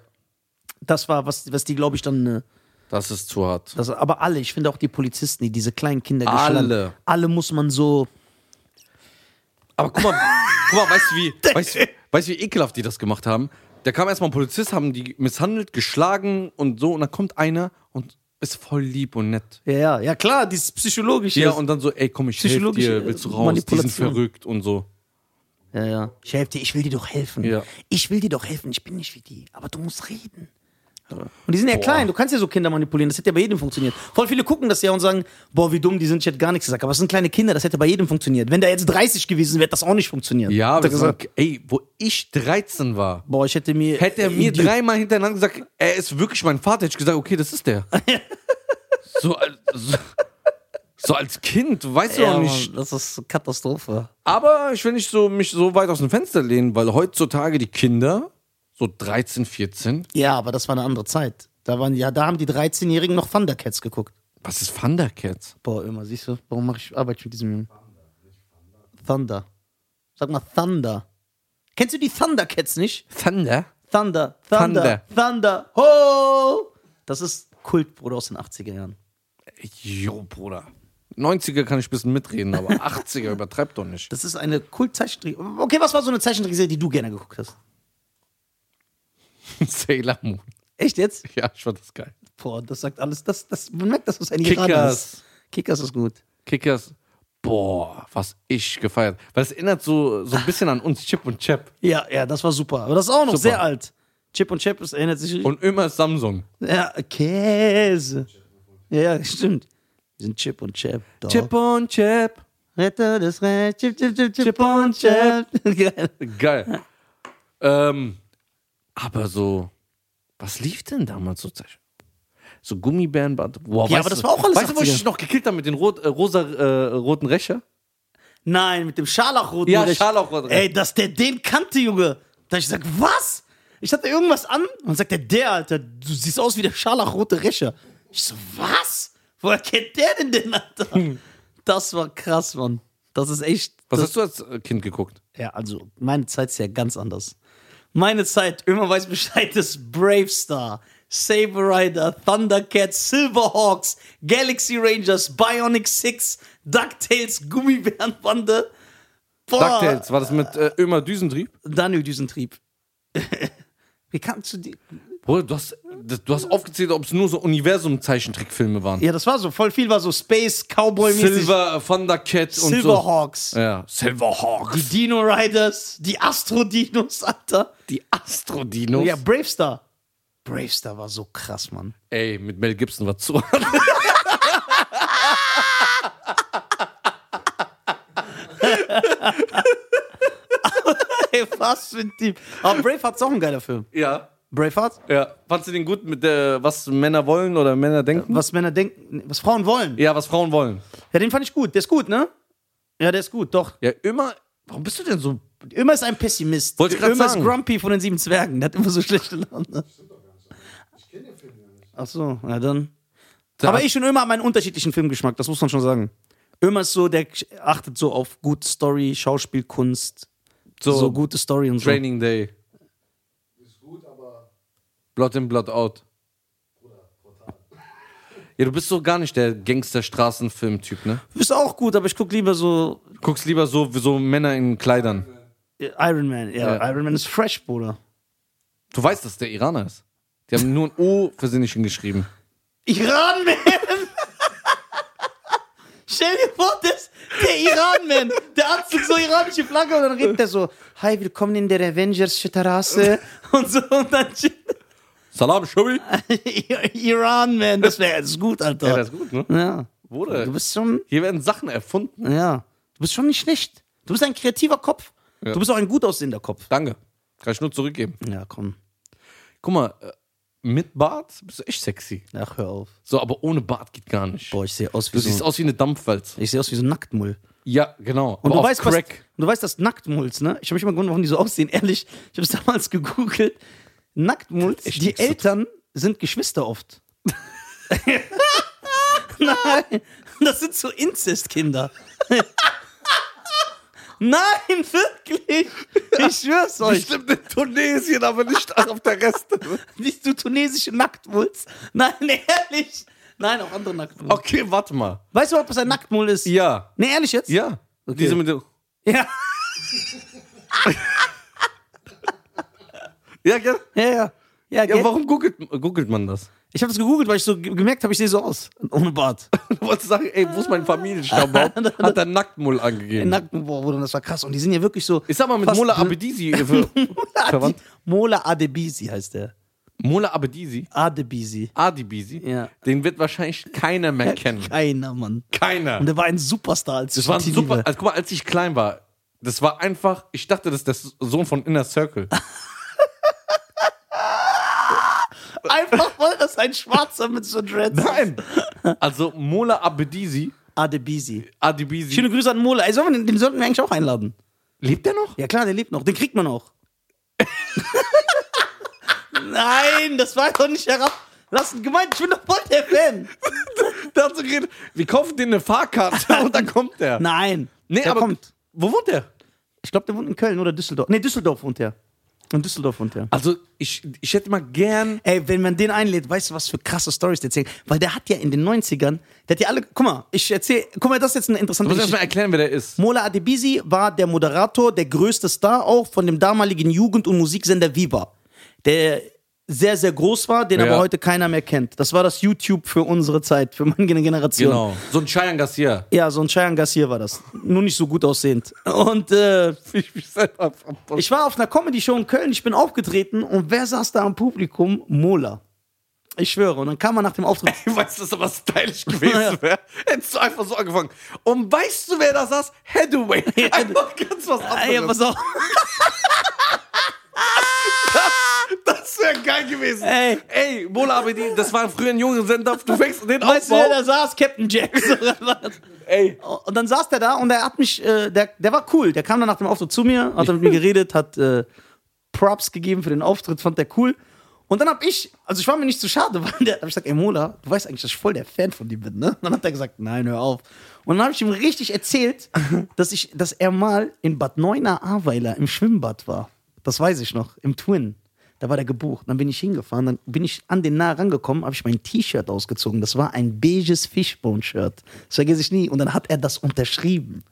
Speaker 1: Das war, was, was die, glaube ich, dann. Äh,
Speaker 2: Das ist zu hart.
Speaker 1: Das, aber alle, ich finde auch die Polizisten, die diese kleinen Kinder
Speaker 2: Alle.
Speaker 1: geschlagen haben, Alle muss man so.
Speaker 2: Aber guck mal, guck mal, weißt du, wie, weißt, du- weißt, du, wie ekelhaft die das gemacht haben? Da kam erstmal ein Polizist, haben die misshandelt, geschlagen und so. Und dann kommt einer und ist voll lieb und nett.
Speaker 1: Ja, ja, ja klar, dieses psychologische.
Speaker 2: Ja, und dann so, ey, komm, ich helf
Speaker 1: Psychologische
Speaker 2: dir, willst du raus, die sind
Speaker 1: Manipulation.
Speaker 2: verrückt und so.
Speaker 1: ja, ja. Ich helfe dir, ich will dir doch helfen.
Speaker 2: Ja.
Speaker 1: Ich will dir doch helfen, ich bin nicht wie die, aber du musst reden. Und die sind ja klein, du kannst ja so Kinder manipulieren, das hätte ja bei jedem funktioniert. Voll viele gucken das ja und sagen, boah, wie dumm, die sind, ich hätte gar nichts gesagt. Aber es sind kleine Kinder, das hätte bei jedem funktioniert. Wenn da jetzt 30 gewesen wäre, hätte das auch nicht funktioniert.
Speaker 2: Ja,
Speaker 1: Hat
Speaker 2: aber
Speaker 1: er gesagt,
Speaker 2: gesagt, ey, wo ich 13 war,
Speaker 1: boah, ich hätte mir.
Speaker 2: hätte er mir
Speaker 1: Idiot.
Speaker 2: dreimal hintereinander gesagt, er ist wirklich mein Vater, hätte ich gesagt, okay, das ist der. so, als- so, so als Kind, du weißt du
Speaker 1: Ja,
Speaker 2: auch
Speaker 1: Mann,
Speaker 2: nicht.
Speaker 1: das ist Katastrophe.
Speaker 2: Aber ich will nicht so, mich so weit aus dem Fenster lehnen, weil heutzutage die Kinder, so 13, 14,
Speaker 1: Ja, aber das war eine andere Zeit. Da, waren, ja, da haben die 13-Jährigen noch Thundercats geguckt.
Speaker 2: was ist Thundercats?
Speaker 1: Boah, immer, siehst du, warum mache ich Arbeit mit diesem Jungen? Thunder. Sag mal Thunder. Kennst du die Thundercats nicht?
Speaker 2: Thunder?
Speaker 1: Thunder, Thunder, Thunder, ho! Das ist Kult, Bruder, aus den 80er Jahren.
Speaker 2: Äh, Jo, Bruder. 90er kann ich ein bisschen mitreden, aber 80er übertreibt doch nicht.
Speaker 1: Das ist eine Kult-Zeichentrick. Okay, was war so eine Zeichentrickserie, die du gerne geguckt hast?
Speaker 2: Sailor Moon.
Speaker 1: Echt jetzt?
Speaker 2: Ja, ich fand das geil.
Speaker 1: Boah, das sagt alles. Das, das, man merkt, dass das ein
Speaker 2: Kickers.
Speaker 1: Iraner ist. Kickers ist gut.
Speaker 2: Kickers, boah, was ich gefeiert. Weil es erinnert so, so ein bisschen an uns, Chip und Chap.
Speaker 1: Ja, ja, das war super. Aber das ist auch noch
Speaker 2: Super.
Speaker 1: sehr alt. Chip und Chap, das erinnert sich
Speaker 2: Und immer ist Samsung.
Speaker 1: Ja, Käse. Ja, ja, stimmt. Wir sind Chip und Chap. Dog.
Speaker 2: Chip und Chap.
Speaker 1: Retter des Rechts. Chip, Chip, Chip, Chip,
Speaker 2: Chip
Speaker 1: und
Speaker 2: und
Speaker 1: Chap. Geil.
Speaker 2: Geil. ähm, aber so, was lief denn damals so? So Gummibärenband. Wow,
Speaker 1: Ja,
Speaker 2: weißt
Speaker 1: aber das
Speaker 2: du-
Speaker 1: war auch alles
Speaker 2: Weißt du, wo ich
Speaker 1: 80er.
Speaker 2: dich noch gekillt habe mit den rot, äh, rosa äh, roten Rächer?
Speaker 1: Nein, mit dem Scharlachroten.
Speaker 2: Ja,
Speaker 1: Recht.
Speaker 2: Scharlachroten Recht.
Speaker 1: Ey, dass der den kannte, Junge. Da hab ich gesagt, was? Ich hatte irgendwas an und sagt er, der, Alter, du siehst aus wie der scharlachrote Rächer. Ich so, was? Woher kennt der denn den, Alter? Das war krass, Mann. Das ist echt.
Speaker 2: Was
Speaker 1: das
Speaker 2: hast du als äh, Kind geguckt?
Speaker 1: Ja, also meine Zeit ist ja ganz anders. Meine Zeit, immer weiß Bescheid, ist Bravestar, Saber Rider, Thundercats, Silverhawks, Galaxy Rangers, Bionic Six, DuckTales, Gummibärenbande. Boah,
Speaker 2: DuckTales, war das mit äh, Ömer Düsentrieb?
Speaker 1: Daniel Düsentrieb. Wie kannst du die?
Speaker 2: Bruder, du hast, das- du hast aufgezählt, ob es nur so Universum-Zeichentrickfilme waren.
Speaker 1: Ja, das war so. Voll viel war so Space, Cowboy-mäßig.
Speaker 2: Silver, Thundercat und so.
Speaker 1: Silverhawks.
Speaker 2: Ja, Silverhawk.
Speaker 1: Die Dino Riders, die Astro Dinos, Alter.
Speaker 2: Die Astrodinos.
Speaker 1: Ja, Bravestar. Bravestar war so krass, Mann.
Speaker 2: Ey, mit Mel Gibson war zu.
Speaker 1: Ey, was für ein Typ. Aber Braveheart ist auch ein geiler Film.
Speaker 2: ja.
Speaker 1: Braveheart?
Speaker 2: Ja. Fandst du den gut mit der, was Männer wollen oder Männer denken?
Speaker 1: Was Männer denken, was Frauen wollen.
Speaker 2: Ja, was Frauen wollen.
Speaker 1: Ja, den fand ich gut. Der ist gut, ne? Ja, der ist gut, doch.
Speaker 2: Ja, immer. Warum bist du denn so.
Speaker 1: Immer ist ein Pessimist.
Speaker 2: Wollte ich grad
Speaker 1: immer
Speaker 2: sagen.
Speaker 1: ist Grumpy von den sieben Zwergen. Der hat immer so schlechte Laune. Ach so, na dann. Aber ich und Ömer haben einen unterschiedlichen Filmgeschmack, das muss man schon sagen. Ömer ist so, der achtet so auf gute Story, Schauspielkunst, so, gute Story und so.
Speaker 2: Training Day.
Speaker 3: Ist gut, aber
Speaker 2: Blood in, Blood out. Ja, du bist so gar nicht der Gangster-Straßenfilm-Typ, ne?
Speaker 1: Ist auch gut, aber ich gucke lieber so
Speaker 2: Du guckst lieber so, so Männer in Kleidern.
Speaker 1: äh, Iron Man. Ja,
Speaker 2: Ja.
Speaker 1: Iron Man ist fresh, Bruder.
Speaker 2: Du weißt, dass der Iraner ist. Die haben nur ein O versehentlich hingeschrieben.
Speaker 1: Iran-Man! Stell dir vor, das, der Iran-Man, der Anzug so iranische Flagge und dann redet der so, hi, willkommen in der Avengers-Straße und so und dann
Speaker 2: Salam, Shubi.
Speaker 1: Iran-Man, das wäre das ist gut, Alter.
Speaker 2: Ja, das ist gut, ne?
Speaker 1: Ja.
Speaker 2: Bruder,
Speaker 1: Du bist schon,
Speaker 2: hier werden Sachen erfunden.
Speaker 1: ja, du bist schon nicht schlecht. Du bist ein kreativer Kopf.
Speaker 2: Ja.
Speaker 1: Du bist auch ein gut aussehender Kopf.
Speaker 2: Danke. Kann ich nur zurückgeben.
Speaker 1: Ja, komm.
Speaker 2: Guck mal, äh, mit Bart bist du echt sexy.
Speaker 1: Ach, hör auf.
Speaker 2: So, aber ohne Bart geht gar nicht.
Speaker 1: Boah, ich sehe aus wie
Speaker 2: Du
Speaker 1: so.
Speaker 2: siehst aus wie eine Dampfwalze.
Speaker 1: ich sehe aus wie so ein Nacktmull.
Speaker 2: Ja, genau.
Speaker 1: Und
Speaker 2: aber
Speaker 1: du
Speaker 2: auf
Speaker 1: weißt, was,
Speaker 2: Crack.
Speaker 1: du weißt, dass Nacktmulz, ne? Ich habe mich immer gewundert, warum die so aussehen. Ehrlich, ich habe es damals gegoogelt. Nacktmulz,
Speaker 2: echt
Speaker 1: die
Speaker 2: nix zu tun.
Speaker 1: Eltern sind Geschwister oft. Nein, das sind so Inzestkinder. Nein, wirklich. Ich schwör's euch.
Speaker 2: Bestimmt in Tunesien, aber nicht auf der Rest.
Speaker 1: Nicht du tunesische Nacktmulz. Nein, ehrlich. Nein, auch andere Nacktmulz.
Speaker 2: Okay, warte mal.
Speaker 1: Weißt du, ob es ein Nacktmull ist?
Speaker 2: Ja,
Speaker 1: Nee, ehrlich jetzt?
Speaker 2: ja. Diese mit dem-
Speaker 1: Ja,
Speaker 2: ja, ja.
Speaker 1: ja, ja. Ja,
Speaker 2: ja
Speaker 1: gell?
Speaker 2: warum googelt, googelt man das?
Speaker 1: Ich habe es gegoogelt, weil ich so ge- gemerkt habe, ich sehe so aus. Ohne Bart.
Speaker 2: Du wolltest sagen, ey, wo ist mein Familienstammbaum? Hat er Nacktmull angegeben.
Speaker 1: Nackten, boah, Bruder, das war krass. Und die sind ja wirklich so.
Speaker 2: Ich sag mal mit
Speaker 1: Fast-
Speaker 2: Mola Abedisi. äh, ver-
Speaker 1: Adi,
Speaker 2: Verwandt.
Speaker 1: Mola Adebisi heißt der.
Speaker 2: Mola Abedisi?
Speaker 1: Adebisi.
Speaker 2: Adibisi?
Speaker 1: Ja.
Speaker 2: Den wird wahrscheinlich keiner mehr kennen.
Speaker 1: Keiner, Mann.
Speaker 2: Keiner.
Speaker 1: Und der war ein Superstar als
Speaker 2: Das war ein
Speaker 1: die
Speaker 2: super.
Speaker 1: Liebe.
Speaker 2: Also, guck mal, als ich klein war, das war einfach. Ich dachte, das ist der Sohn von Inner Circle.
Speaker 1: Einfach weil das ein Schwarzer mit so Dreads ist.
Speaker 2: Nein! Also, Mola Abedisi,
Speaker 1: Adebisi.
Speaker 2: Adibisi.
Speaker 1: Schöne Grüße an Mola. Ey, sollen wir den, den sollten wir eigentlich auch einladen.
Speaker 2: Lebt der noch?
Speaker 1: Ja klar, der lebt noch. Den kriegt man auch. Nein, das war doch nicht herab. Lassen gemeint, ich bin doch voll der Fan.
Speaker 2: Der hat so geredet, wir kaufen denen eine Fahrkarte und dann kommt der.
Speaker 1: Nein.
Speaker 2: nee,
Speaker 1: der
Speaker 2: aber.
Speaker 1: kommt.
Speaker 2: Wo wohnt der?
Speaker 1: Ich glaube, der wohnt in Köln oder Düsseldorf. Nee, Düsseldorf wohnt der. In Düsseldorf wohnt der.
Speaker 2: Also, ich, ich hätte mal gern.
Speaker 1: Ey, wenn man den einlädt, weißt du, was für krasse Stories der erzählt? Weil der hat ja in den 90ern, der hat ja alle. Guck mal, ich erzähl. Guck mal, das ist jetzt eine
Speaker 2: Du
Speaker 1: interessante
Speaker 2: musst erst mal
Speaker 1: Geschichte.
Speaker 2: erklären, wer der ist.
Speaker 1: Mola Adebisi war der Moderator, der größte Star auch von dem damaligen Jugend- und Musiksender Viva. Der sehr, sehr groß war, den aber
Speaker 2: Ja.
Speaker 1: heute keiner mehr kennt. Das war das YouTube für unsere Zeit, für meine Generation.
Speaker 2: Genau. So ein Cheyenne Garcia.
Speaker 1: Ja, so ein Cheyenne Gassier war das. Nur nicht so gut aussehend. Und äh,
Speaker 2: Ich mich selber verpasst.
Speaker 1: Ich war auf einer Comedy-Show in Köln, ich bin aufgetreten und wer saß da im Publikum? Mola. Ich schwöre. Und dann kam man nach dem Auftritt.
Speaker 2: Ich weiß, dass aber stylisch gewesen wäre. Hättest du einfach so angefangen. Und weißt du, wer da saß? Hathaway. Einfach ganz was
Speaker 1: Ey, ja,
Speaker 2: anderes.
Speaker 1: pass auf.
Speaker 2: Das wäre geil gewesen.
Speaker 1: Ey.
Speaker 2: Ey, Mola Abedi, das war früher ein junger Sender. Du fängst den
Speaker 1: Weißt du, wer
Speaker 2: Aufbau.
Speaker 1: da saß? Captain Jack. So, das war das.
Speaker 2: Ey.
Speaker 1: und dann saß der da und der hat mich, äh, der, der war cool. Der kam dann nach dem Auftritt zu mir, hat dann mit mir geredet, hat äh, Props gegeben für den Auftritt, fand der cool. Und dann hab ich, also ich war mir nicht zu schade, weil der, hab ich gesagt, ey Mola, du weißt eigentlich, dass ich voll der Fan von dir bin, ne? Und dann hat er gesagt, nein, hör auf. Und dann habe ich ihm richtig erzählt, dass ich, dass er mal in Bad Neuner Ahrweiler im Schwimmbad war. Das weiß ich noch, im Twin. Da war der gebucht. Dann bin ich hingefahren, dann bin ich an den nah rangekommen, habe ich mein T-Shirt ausgezogen. Das war ein beiges Fishbone-Shirt. Das vergesse ich nie. Und dann hat er das unterschrieben.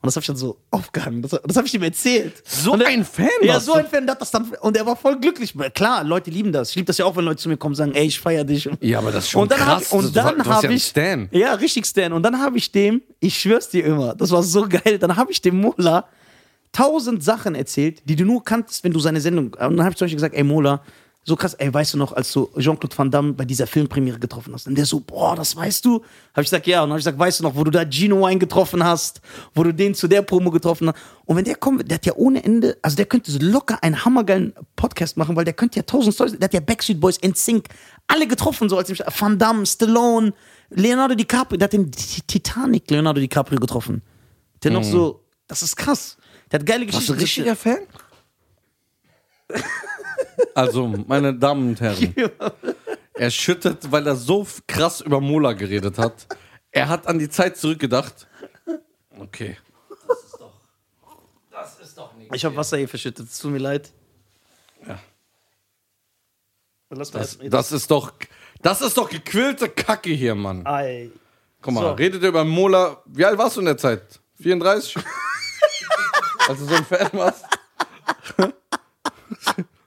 Speaker 1: Und Und das habe ich dann so aufgehangen. Das, das habe ich ihm erzählt.
Speaker 2: So
Speaker 1: und er-
Speaker 2: ein Fan
Speaker 1: Ja,
Speaker 2: warst
Speaker 1: so
Speaker 2: du.
Speaker 1: ein Fan der hat das dann. Und er war voll glücklich. Klar, Leute lieben das. Ich liebe das ja auch, wenn Leute zu mir kommen und sagen, ey, ich feier dich.
Speaker 2: Ja, aber das ist schon
Speaker 1: und dann
Speaker 2: krass.
Speaker 1: Hab,
Speaker 2: Du-
Speaker 1: und dann
Speaker 2: du hast
Speaker 1: habe
Speaker 2: ja einen
Speaker 1: ich.
Speaker 2: Stan.
Speaker 1: Ja, richtig Stan. Und dann habe ich dem, ich schwör's dir immer, das war so geil, dann habe ich dem Mola tausend Sachen erzählt, die du nur kanntest, wenn du seine Sendung. Und dann habe ich zum Beispiel gesagt, ey Mola, so krass, ey, weißt du noch, als du Jean-Claude Van Damme bei dieser Filmpremiere getroffen hast? Und der so, boah, das weißt du? Habe ich gesagt, ja. Und dann habe ich gesagt, weißt du noch, wo du da Gino Wine getroffen hast, wo du den zu der Promo getroffen hast. Und wenn der kommt, der hat ja ohne Ende, also der könnte so locker einen hammergeilen Podcast machen, weil der könnte ja tausend Stories, der hat ja Backstreet Boys, NSYNC, alle getroffen, so als im Sta- Van Damme, Stallone, Leonardo DiCaprio, der hat den T- Titanic Leonardo DiCaprio getroffen. Der noch so, das ist krass. Der hat geile
Speaker 2: Mhm. Warst du
Speaker 1: Geschichten.
Speaker 2: ein richtiger Fan? also, meine Damen und Herren, er schüttet, weil er so f- krass über Mola geredet hat. Er hat an die Zeit zurückgedacht. Okay. Das ist doch nicht.
Speaker 1: Ich habe Wasser hier verschüttet, es tut mir leid.
Speaker 2: Ja.
Speaker 1: Dann Lass mal
Speaker 2: Das,
Speaker 1: erst-
Speaker 2: das ist doch. Das ist doch gequillte Kacke hier, Mann.
Speaker 1: Ei.
Speaker 2: Guck mal,
Speaker 1: So.
Speaker 2: redet ihr über Mola. Wie alt warst du in der Zeit? 34? Als du so ein Fan warst?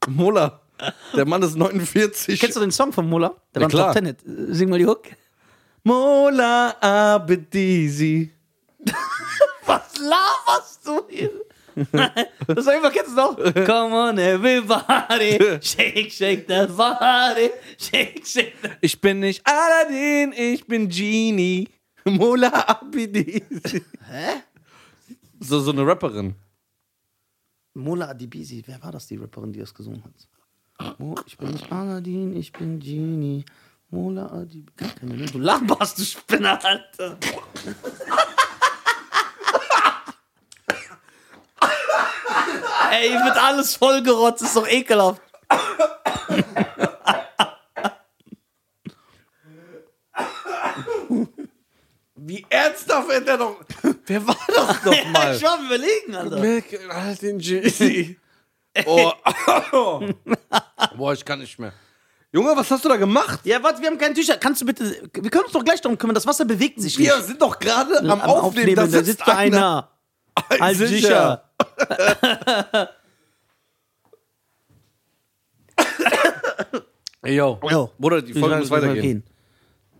Speaker 2: Mola, der Mann ist 49.
Speaker 1: Kennst du den Song von Mola? Der
Speaker 2: Ja,
Speaker 1: war
Speaker 2: klar.
Speaker 1: ein Top Ten. Sing mal die Hook.
Speaker 2: Mola Abedisi.
Speaker 1: Was laberst du hier? das sag ich mal, kennst du noch? Come on everybody, shake, shake that body, shake, shake that...
Speaker 2: Ich bin nicht Aladdin, ich bin Genie. Mola Abedisi.
Speaker 1: Hä?
Speaker 2: So, so eine Rapperin.
Speaker 1: Mola Adibisi, wer war das, die Rapperin, die das gesungen hat? Mo, ich bin nicht Aladdin, ich bin Genie. Mola Adibisi... Keine Ahnung, Du laberst, du Spinner, Alter. Ey, hier wird alles vollgerotzt, ist doch ekelhaft.
Speaker 2: Wie ernsthaft hätte er doch. Wer war das doch mal?
Speaker 1: Ich war am überlegen, Alter.
Speaker 2: Milk, halt den Jeezy. Oh. Boah, ich kann nicht mehr. Junge, was hast du da gemacht?
Speaker 1: Ja, warte, wir haben keinen Tücher. Kannst du bitte. Wir können uns doch gleich darum kümmern. Das Wasser bewegt sich nicht.
Speaker 2: Wir sind doch gerade am, Aufnehmen.
Speaker 1: da sitzt, einer.
Speaker 2: einer.
Speaker 1: Als sicher.
Speaker 2: Ey, yo.
Speaker 1: Jo.
Speaker 2: Bruder, die
Speaker 1: Wie
Speaker 2: Folge
Speaker 1: lange
Speaker 2: muss
Speaker 1: soll das
Speaker 2: weitergehen.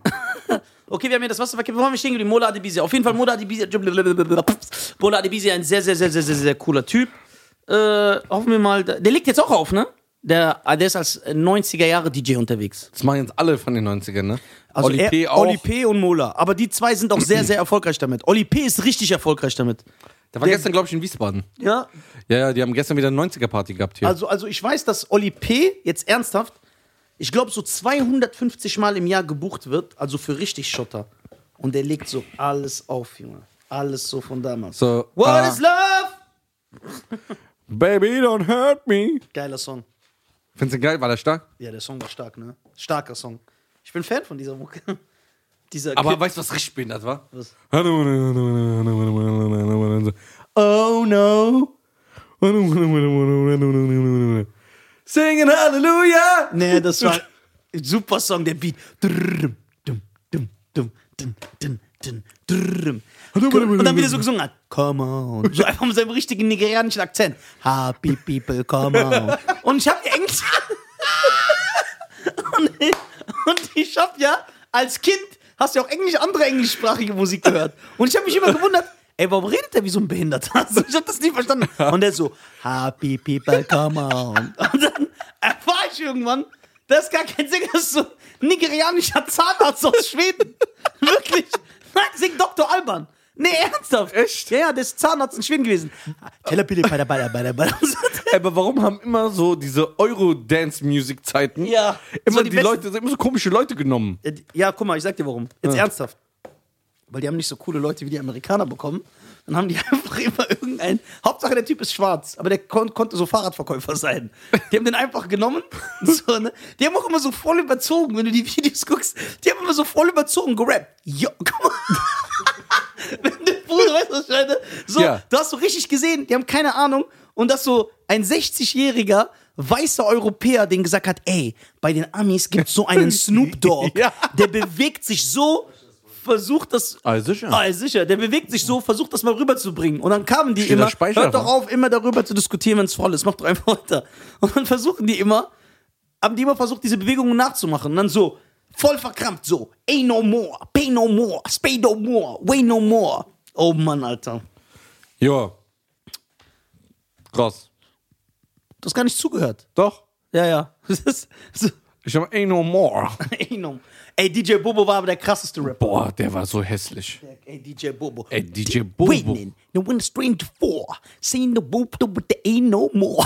Speaker 1: gehen? okay, wir haben hier das Wasser verkehrt. Wo haben wir stehen geblieben? Mola Adibisi. Auf jeden Fall Mola Adibisi. Mola Adibisi, ein sehr, sehr, sehr, sehr, sehr, sehr cooler Typ. Äh, hoffen wir mal. Der legt jetzt auch auf, ne? Der, der ist als 90er-Jahre-DJ unterwegs.
Speaker 2: Das machen jetzt alle von den 90ern, ne? Oli
Speaker 1: Also er-
Speaker 2: P. auch.
Speaker 1: Oli P. und Mola. Aber die zwei sind auch sehr, sehr erfolgreich damit. Oli P. ist richtig erfolgreich damit.
Speaker 2: der war
Speaker 1: der-
Speaker 2: gestern, glaube ich, in Wiesbaden.
Speaker 1: Ja,
Speaker 2: Ja, ja, die haben gestern wieder eine 90er-Party gehabt hier.
Speaker 1: Also, also ich weiß, dass Oli P. jetzt ernsthaft, ich glaube, so 250 Mal im Jahr gebucht wird, also für richtig Schotter. Und er legt so alles auf, Junge. Alles so von damals.
Speaker 2: So,
Speaker 1: What
Speaker 2: ah.
Speaker 1: is love?
Speaker 2: Baby, don't hurt me.
Speaker 1: Geiler Song.
Speaker 2: Findest du geil? War der stark?
Speaker 1: Ja, der Song war stark, ne? Starker Song. Ich bin Fan von dieser Mucke. dieser
Speaker 2: Aber
Speaker 1: Clip.
Speaker 2: weißt du, was richtig behindert war?
Speaker 1: Was?
Speaker 2: Oh no. Singing Hallelujah.
Speaker 1: Nee, das war ein super Song, der Beat. Drrrm, dum, dum, dum, dum, dum, dum, drrrm. Und dann wieder so gesungen hat. Come on. So einfach mit seinem richtigen nigerianischen Akzent. Happy people, come on. Und ich hab ja Englisch. Und ich, und ich hab ja als Kind, hast du ja auch englisch, andere englischsprachige Musik gehört. Und ich hab mich immer gewundert, ey, warum redet der wie so ein Behinderter? Also ich hab das nie verstanden. Und der so, happy people, come on. Und dann erfahr ich irgendwann, das ist gar kein Sänger, das ist so ein nigerianischer Zahnarzt aus Schweden. Wirklich. Nein, sing Dr. Alban. Nee, ernsthaft.
Speaker 2: Echt?
Speaker 1: Ja, ja, der ist Zahnarzt in Schweden gewesen. Telepide, bada, bada, bada, bada.
Speaker 2: Aber warum haben immer so diese Euro-Dance-Music-Zeiten
Speaker 1: Ja, das
Speaker 2: immer
Speaker 1: waren
Speaker 2: die,
Speaker 1: die besten.
Speaker 2: Leute, immer so komische Leute genommen?
Speaker 1: Äh, Ja, guck mal, ich sag dir warum. Jetzt ernsthaft. Weil die haben nicht so coole Leute wie die Amerikaner bekommen. Dann haben die einfach immer irgendeinen. Hauptsache der Typ ist schwarz, aber der kon konnte so Fahrradverkäufer sein. Die haben den einfach genommen. So, ne? Die haben auch immer so voll überzogen, wenn du die Videos guckst. Die haben immer so voll überzogen gerappt. Jo, guck mal. wenn der Bruder, weißt du, was ich meine? So,
Speaker 2: Ja.
Speaker 1: du hast so richtig gesehen, die haben keine Ahnung. Und dass so ein 60-jähriger weißer Europäer den gesagt hat, ey, bei den Amis gibt's so einen Snoop Dogg,
Speaker 2: Ja.
Speaker 1: der bewegt sich so versucht das.
Speaker 2: Ah, sicher.
Speaker 1: Ah, sicher, der bewegt sich so, versucht das mal rüberzubringen. Und dann kamen die
Speaker 2: Steht da
Speaker 1: immer.
Speaker 2: Speicher
Speaker 1: Hört doch
Speaker 2: drauf?
Speaker 1: auf, immer darüber zu diskutieren, wenn es voll ist. Macht doch einfach weiter. Und dann versuchen die immer, haben die immer versucht, diese Bewegungen nachzumachen. Und dann so, voll verkrampft, so, ain't no more, pay no more, spay no more, way no more. Oh Mann, Alter.
Speaker 2: Ja. Krass.
Speaker 1: Du hast gar nicht zugehört.
Speaker 2: Doch.
Speaker 1: Ja, ja. Das ist so,
Speaker 2: Ich hab ain't no more.
Speaker 1: ain't no. Ey, DJ Bobo war aber der krasseste Rapper.
Speaker 2: Boah, der war so hässlich.
Speaker 1: Ey, DJ Bobo.
Speaker 2: Ey, DJ Bobo.
Speaker 1: Winning, the winner strained four. Seen the boop, the with the ain't no more.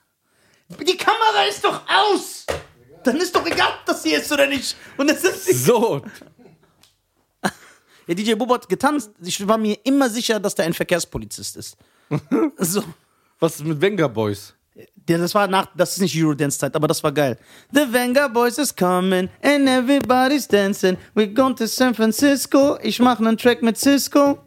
Speaker 1: Die Kamera ist doch aus! Dann ist doch egal, ob das hier ist oder nicht. Und das ist.
Speaker 2: So.
Speaker 1: Ja, DJ Bobo hat getanzt. Ich war mir immer sicher, dass der ein Verkehrspolizist ist. so.
Speaker 2: Was ist mit Venga Boys?
Speaker 1: Ja, das war nach, das ist nicht Eurodance-Zeit, aber das war geil. The Venga Boys is coming and everybody's dancing. We're going to San Francisco. Ich mache einen Track mit Cisco.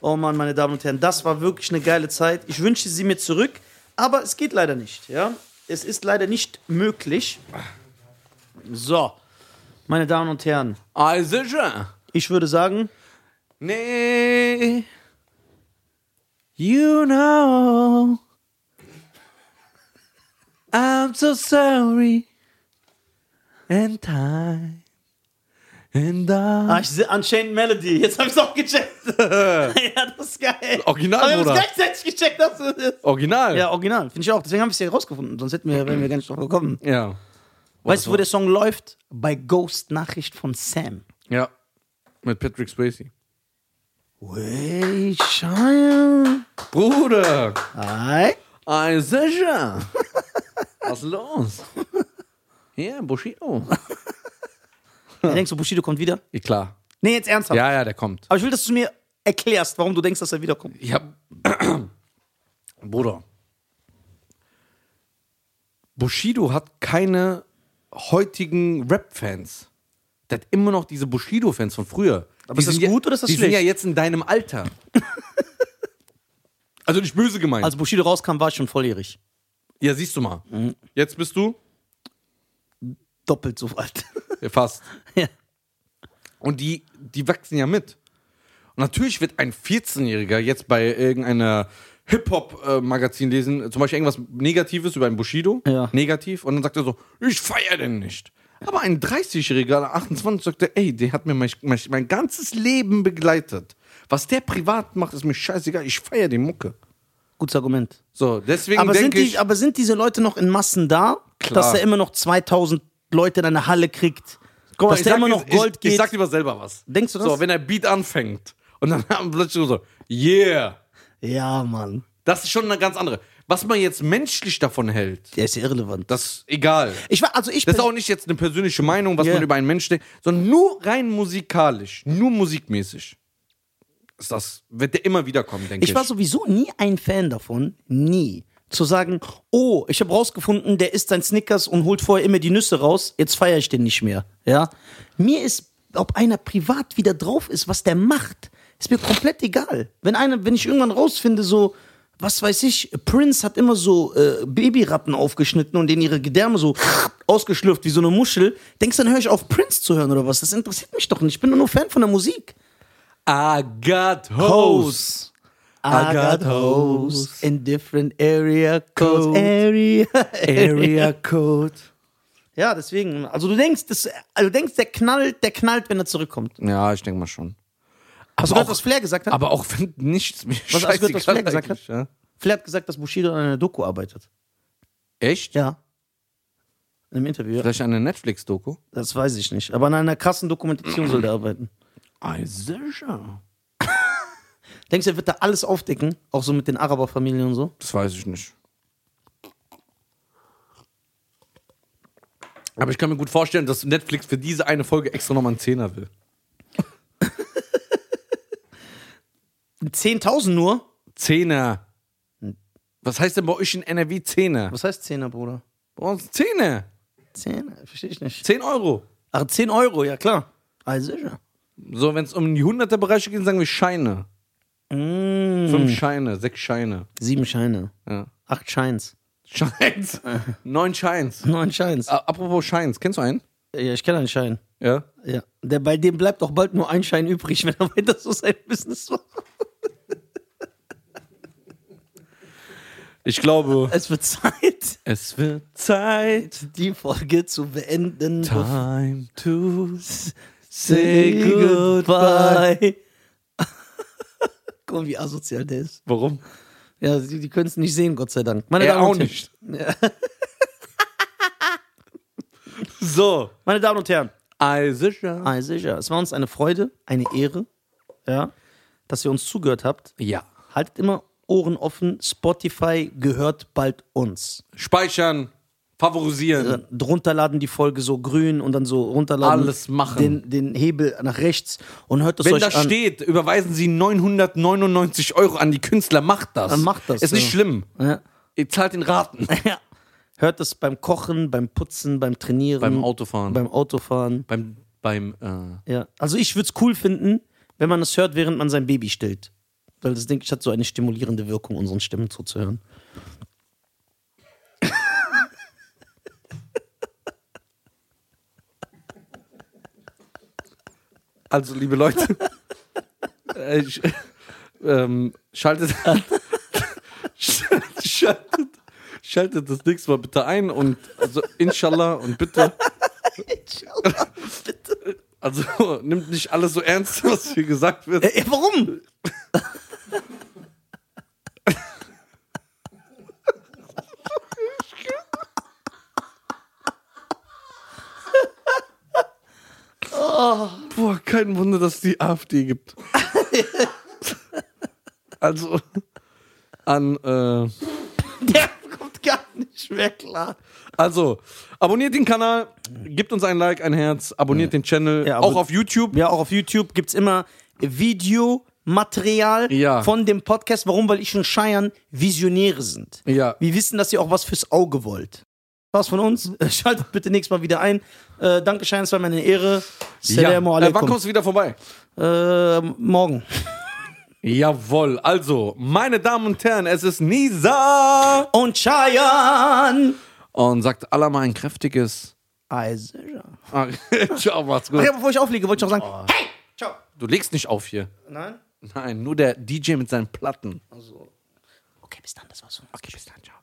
Speaker 1: Oh Mann, meine Damen und Herren, das war wirklich eine geile Zeit. Ich wünsche sie mir zurück, aber es geht leider nicht. Ja, es ist leider nicht möglich. So, meine Damen und Herren,
Speaker 2: Ah, sicher.
Speaker 1: ich würde sagen,
Speaker 2: Nee. You know. I'm so sorry. And time. And I.
Speaker 1: ah, ich, se- Unchained Melody. Jetzt habe ich es auch gecheckt. ja, das ist geil.
Speaker 2: Original,
Speaker 1: aber ich habe
Speaker 2: Bruder.
Speaker 1: gleichzeitig gecheckt, dass du das.
Speaker 2: Original.
Speaker 1: Ja, original, finde ich auch. Deswegen haben wir es ja rausgefunden, sonst hätten wir, wären wir gar nicht drauf gekommen.
Speaker 2: Ja.
Speaker 1: weißt du, wo der Song läuft? Bei Ghost Nachricht von Sam.
Speaker 2: Ja. Mit Patrick Spacey.
Speaker 1: Way Shire.
Speaker 2: Bruder.
Speaker 1: Hi.
Speaker 2: Ah, sicher. Was ist los? Ja, Bushido.
Speaker 1: Du denkst, du, Bushido kommt wieder?
Speaker 2: Ja, klar.
Speaker 1: Nee, jetzt ernsthaft.
Speaker 2: Ja, ja, der kommt.
Speaker 1: Aber ich will, dass du mir erklärst, warum du denkst, dass er wiederkommt.
Speaker 2: Ich hab. Bruder. Bushido hat keine heutigen Rap-Fans. Der hat immer noch diese Bushido-Fans von früher. Aber
Speaker 1: ist das gut oder ist das
Speaker 2: die
Speaker 1: schlecht?
Speaker 2: sind ja jetzt in deinem Alter. also nicht böse gemeint.
Speaker 1: Als Bushido rauskam, war ich schon volljährig.
Speaker 2: ja, siehst du mal.
Speaker 1: Mhm.
Speaker 2: Jetzt bist du
Speaker 1: Doppelt so alt.
Speaker 2: ja, fast.
Speaker 1: ja.
Speaker 2: Und die, die wachsen ja mit. Und natürlich wird ein 14-Jähriger jetzt bei irgendeiner Hip-Hop-Magazin lesen, zum Beispiel irgendwas Negatives über einen Bushido,
Speaker 1: Ja.
Speaker 2: negativ, und dann sagt er so, ich feier den nicht. Aber ein 30-Jähriger, oder 28, sagt er, ey, der hat mir mein, mein, mein ganzes Leben begleitet. Was der privat macht, ist mir scheißegal, ich feier die Mucke.
Speaker 1: Gutes Argument.
Speaker 2: So, deswegen
Speaker 1: Aber sind,
Speaker 2: denke ich,
Speaker 1: die, aber sind diese Leute noch in Massen da,
Speaker 2: Klar.
Speaker 1: dass er immer noch 2000 Leute in eine Halle kriegt? dass
Speaker 2: ich
Speaker 1: der
Speaker 2: sag
Speaker 1: immer
Speaker 2: dir-
Speaker 1: noch Gold
Speaker 2: ich,
Speaker 1: geht?
Speaker 2: ich sag dir mal selber was.
Speaker 1: Denkst du das?
Speaker 2: So, wenn der Beat anfängt, und dann haben plötzlich so, yeah,
Speaker 1: ja, Mann.
Speaker 2: Das ist schon eine ganz andere. Was man jetzt menschlich davon hält,
Speaker 1: Der ist ja irrelevant.
Speaker 2: das ist egal.
Speaker 1: Ich war, also ich
Speaker 2: Das ist
Speaker 1: bin-
Speaker 2: auch nicht jetzt eine persönliche Meinung, was
Speaker 1: Ja.
Speaker 2: man über einen Menschen denkt, sondern nur rein musikalisch, nur musikmäßig. Ist das wird der immer wieder kommen, denke ich.
Speaker 1: Ich war sowieso nie ein Fan davon, nie. Zu sagen, oh, ich habe rausgefunden, der isst sein Snickers und holt vorher immer die Nüsse raus, jetzt feiere ich den nicht mehr. Ja? Mir ist, ob einer privat wieder drauf ist, was der macht, ist mir komplett egal. Wenn einer, wenn ich irgendwann rausfinde, so, was weiß ich, Prince hat immer so äh, Babyratten aufgeschnitten und denen ihre Gedärme so ausgeschlürft wie so eine Muschel, denkst du, dann höre ich auf, Prince zu hören oder was? Das interessiert mich doch nicht. Ich bin doch nur Fan von der Musik.
Speaker 2: I got
Speaker 1: Hoes. I
Speaker 2: got
Speaker 1: got hoes in different area codes.
Speaker 2: Codes.
Speaker 1: Area.
Speaker 2: Area Code.
Speaker 1: Ja, deswegen. Also du denkst, das, also du denkst, der knallt, der knallt, wenn er zurückkommt.
Speaker 2: Ja, ich denke mal schon. Also
Speaker 1: Hast du gehört, was Flair gesagt hat?
Speaker 2: Aber auch wenn nichts mir
Speaker 1: Was hast du gehört, was
Speaker 2: scheißegal
Speaker 1: Flair gesagt hat?
Speaker 2: eigentlich, Ja?
Speaker 1: Flair hat gesagt, dass Bushido an einer Doku arbeitet.
Speaker 2: Echt?
Speaker 1: Ja. In einem Interview. ja.
Speaker 2: Vielleicht eine Netflix-Doku?
Speaker 1: Das weiß ich nicht. Aber an einer krassen Dokumentation soll der arbeiten.
Speaker 2: I sicher.
Speaker 1: Denkst du, er wird da alles aufdecken? Auch so mit den Araberfamilien und so?
Speaker 2: Das weiß ich nicht. Aber ich kann mir gut vorstellen, dass Netflix für diese eine Folge extra nochmal einen Zehner will.
Speaker 1: 10.000 nur?
Speaker 2: Zehner. Was heißt denn bei euch in NRW Zehner?
Speaker 1: Was heißt Zehner, Bruder?
Speaker 2: Bei uns Zehner.
Speaker 1: Zehner? Verstehe ich nicht.
Speaker 2: Zehn Euro.
Speaker 1: Ach, 10 Euro, ja klar. Also sicher.
Speaker 2: So, wenn es um die Hunderterbereiche geht, sagen wir Scheine. Fünf Scheine, sechs Scheine.
Speaker 1: Sieben Scheine.
Speaker 2: Ja.
Speaker 1: Acht Scheins.
Speaker 2: Scheins. Neun Scheins.
Speaker 1: Neun Scheins. Ah.
Speaker 2: A- Apropos Scheins, kennst du einen?
Speaker 1: Ja, ich kenne einen Schein.
Speaker 2: Ja?
Speaker 1: Ja. Der, bei dem bleibt auch bald nur ein Schein übrig, wenn er weiter so sein Business macht.
Speaker 2: Ich glaube,
Speaker 1: Es wird Zeit,
Speaker 2: es wird Zeit.
Speaker 1: die Folge zu beenden.
Speaker 2: Time to
Speaker 1: Say goodbye. Guck mal, wie asozial der ist.
Speaker 2: Warum?
Speaker 1: Ja, die, die können es nicht sehen, Gott sei Dank. Meine
Speaker 2: Er
Speaker 1: Damen
Speaker 2: auch
Speaker 1: und Herren.
Speaker 2: nicht. So, Also
Speaker 1: Meine Damen und Herren.
Speaker 2: Eisicher.
Speaker 1: Ah, sicher. Es war uns eine Freude, eine Ehre, ja, dass ihr uns zugehört habt.
Speaker 2: Ja.
Speaker 1: Haltet immer Ohren offen. Spotify gehört bald uns.
Speaker 2: Speichern,
Speaker 1: Äh,
Speaker 2: favorisieren.
Speaker 1: Drunterladen die Folge so grün und dann so runterladen.
Speaker 2: Alles machen.
Speaker 1: Den, den Hebel nach rechts und hört es
Speaker 2: Wenn
Speaker 1: euch
Speaker 2: das
Speaker 1: an.
Speaker 2: steht, überweisen Sie 999 Euro an die Künstler. Macht das.
Speaker 1: Dann Äh, macht das,
Speaker 2: Ist nicht
Speaker 1: ja.
Speaker 2: schlimm.
Speaker 1: Ja.
Speaker 2: Ihr zahlt den Raten.
Speaker 1: Ja. Hört es beim Kochen, beim Putzen, beim Trainieren,
Speaker 2: Beim Autofahren.
Speaker 1: beim Autofahren.
Speaker 2: Beim, beim, äh,
Speaker 1: Ja. Also ich würde es cool finden, wenn man es hört, während man sein Baby stillt. Weil das, denke ich, hat so eine stimulierende Wirkung, unseren Stimmen zuzuhören.
Speaker 2: also liebe Leute, äh, ich, ähm, schaltet, schaltet, schaltet das nächste Mal bitte ein und also inshallah und bitte. Also nimmt nicht alles so ernst, was hier gesagt wird.
Speaker 1: Äh, warum?
Speaker 2: Boah, kein Wunder, dass es die AfD gibt. also an äh,
Speaker 1: Der kommt gar nicht mehr klar.
Speaker 2: also abonniert den Kanal, gebt uns ein Like, ein Herz, abonniert den Channel,
Speaker 1: Ja,
Speaker 2: auch
Speaker 1: aber-
Speaker 2: auf YouTube.
Speaker 1: Ja, auch auf YouTube gibt es immer Videomaterial
Speaker 2: Ja.
Speaker 1: von dem Podcast. Warum? Weil ich und Scheiern Visionäre sind.
Speaker 2: Ja.
Speaker 1: Wir wissen, dass ihr auch was fürs Auge wollt. Was von uns. Schaltet bitte nächstes Mal wieder ein. Äh, danke, Schein, es war meine Ehre. Salamu
Speaker 2: Äh, wann
Speaker 1: alaikum.
Speaker 2: kommst du wieder vorbei?
Speaker 1: Äh, morgen.
Speaker 2: Jawohl, also, meine Damen und Herren, es ist Nisa
Speaker 1: Und Scheiern.
Speaker 2: und sagt Allah mal ein kräftiges.
Speaker 1: Also, ja.
Speaker 2: Ah, Ciao, macht's gut.
Speaker 1: Ja, bevor ich auflege, wollte ich noch sagen: Hey! Ciao!
Speaker 2: Du legst nicht auf hier.
Speaker 1: Nein? Also,
Speaker 2: Nein, nur der DJ mit seinen Platten.
Speaker 1: Okay, bis dann, das war's.
Speaker 2: Okay, bis dann, ciao.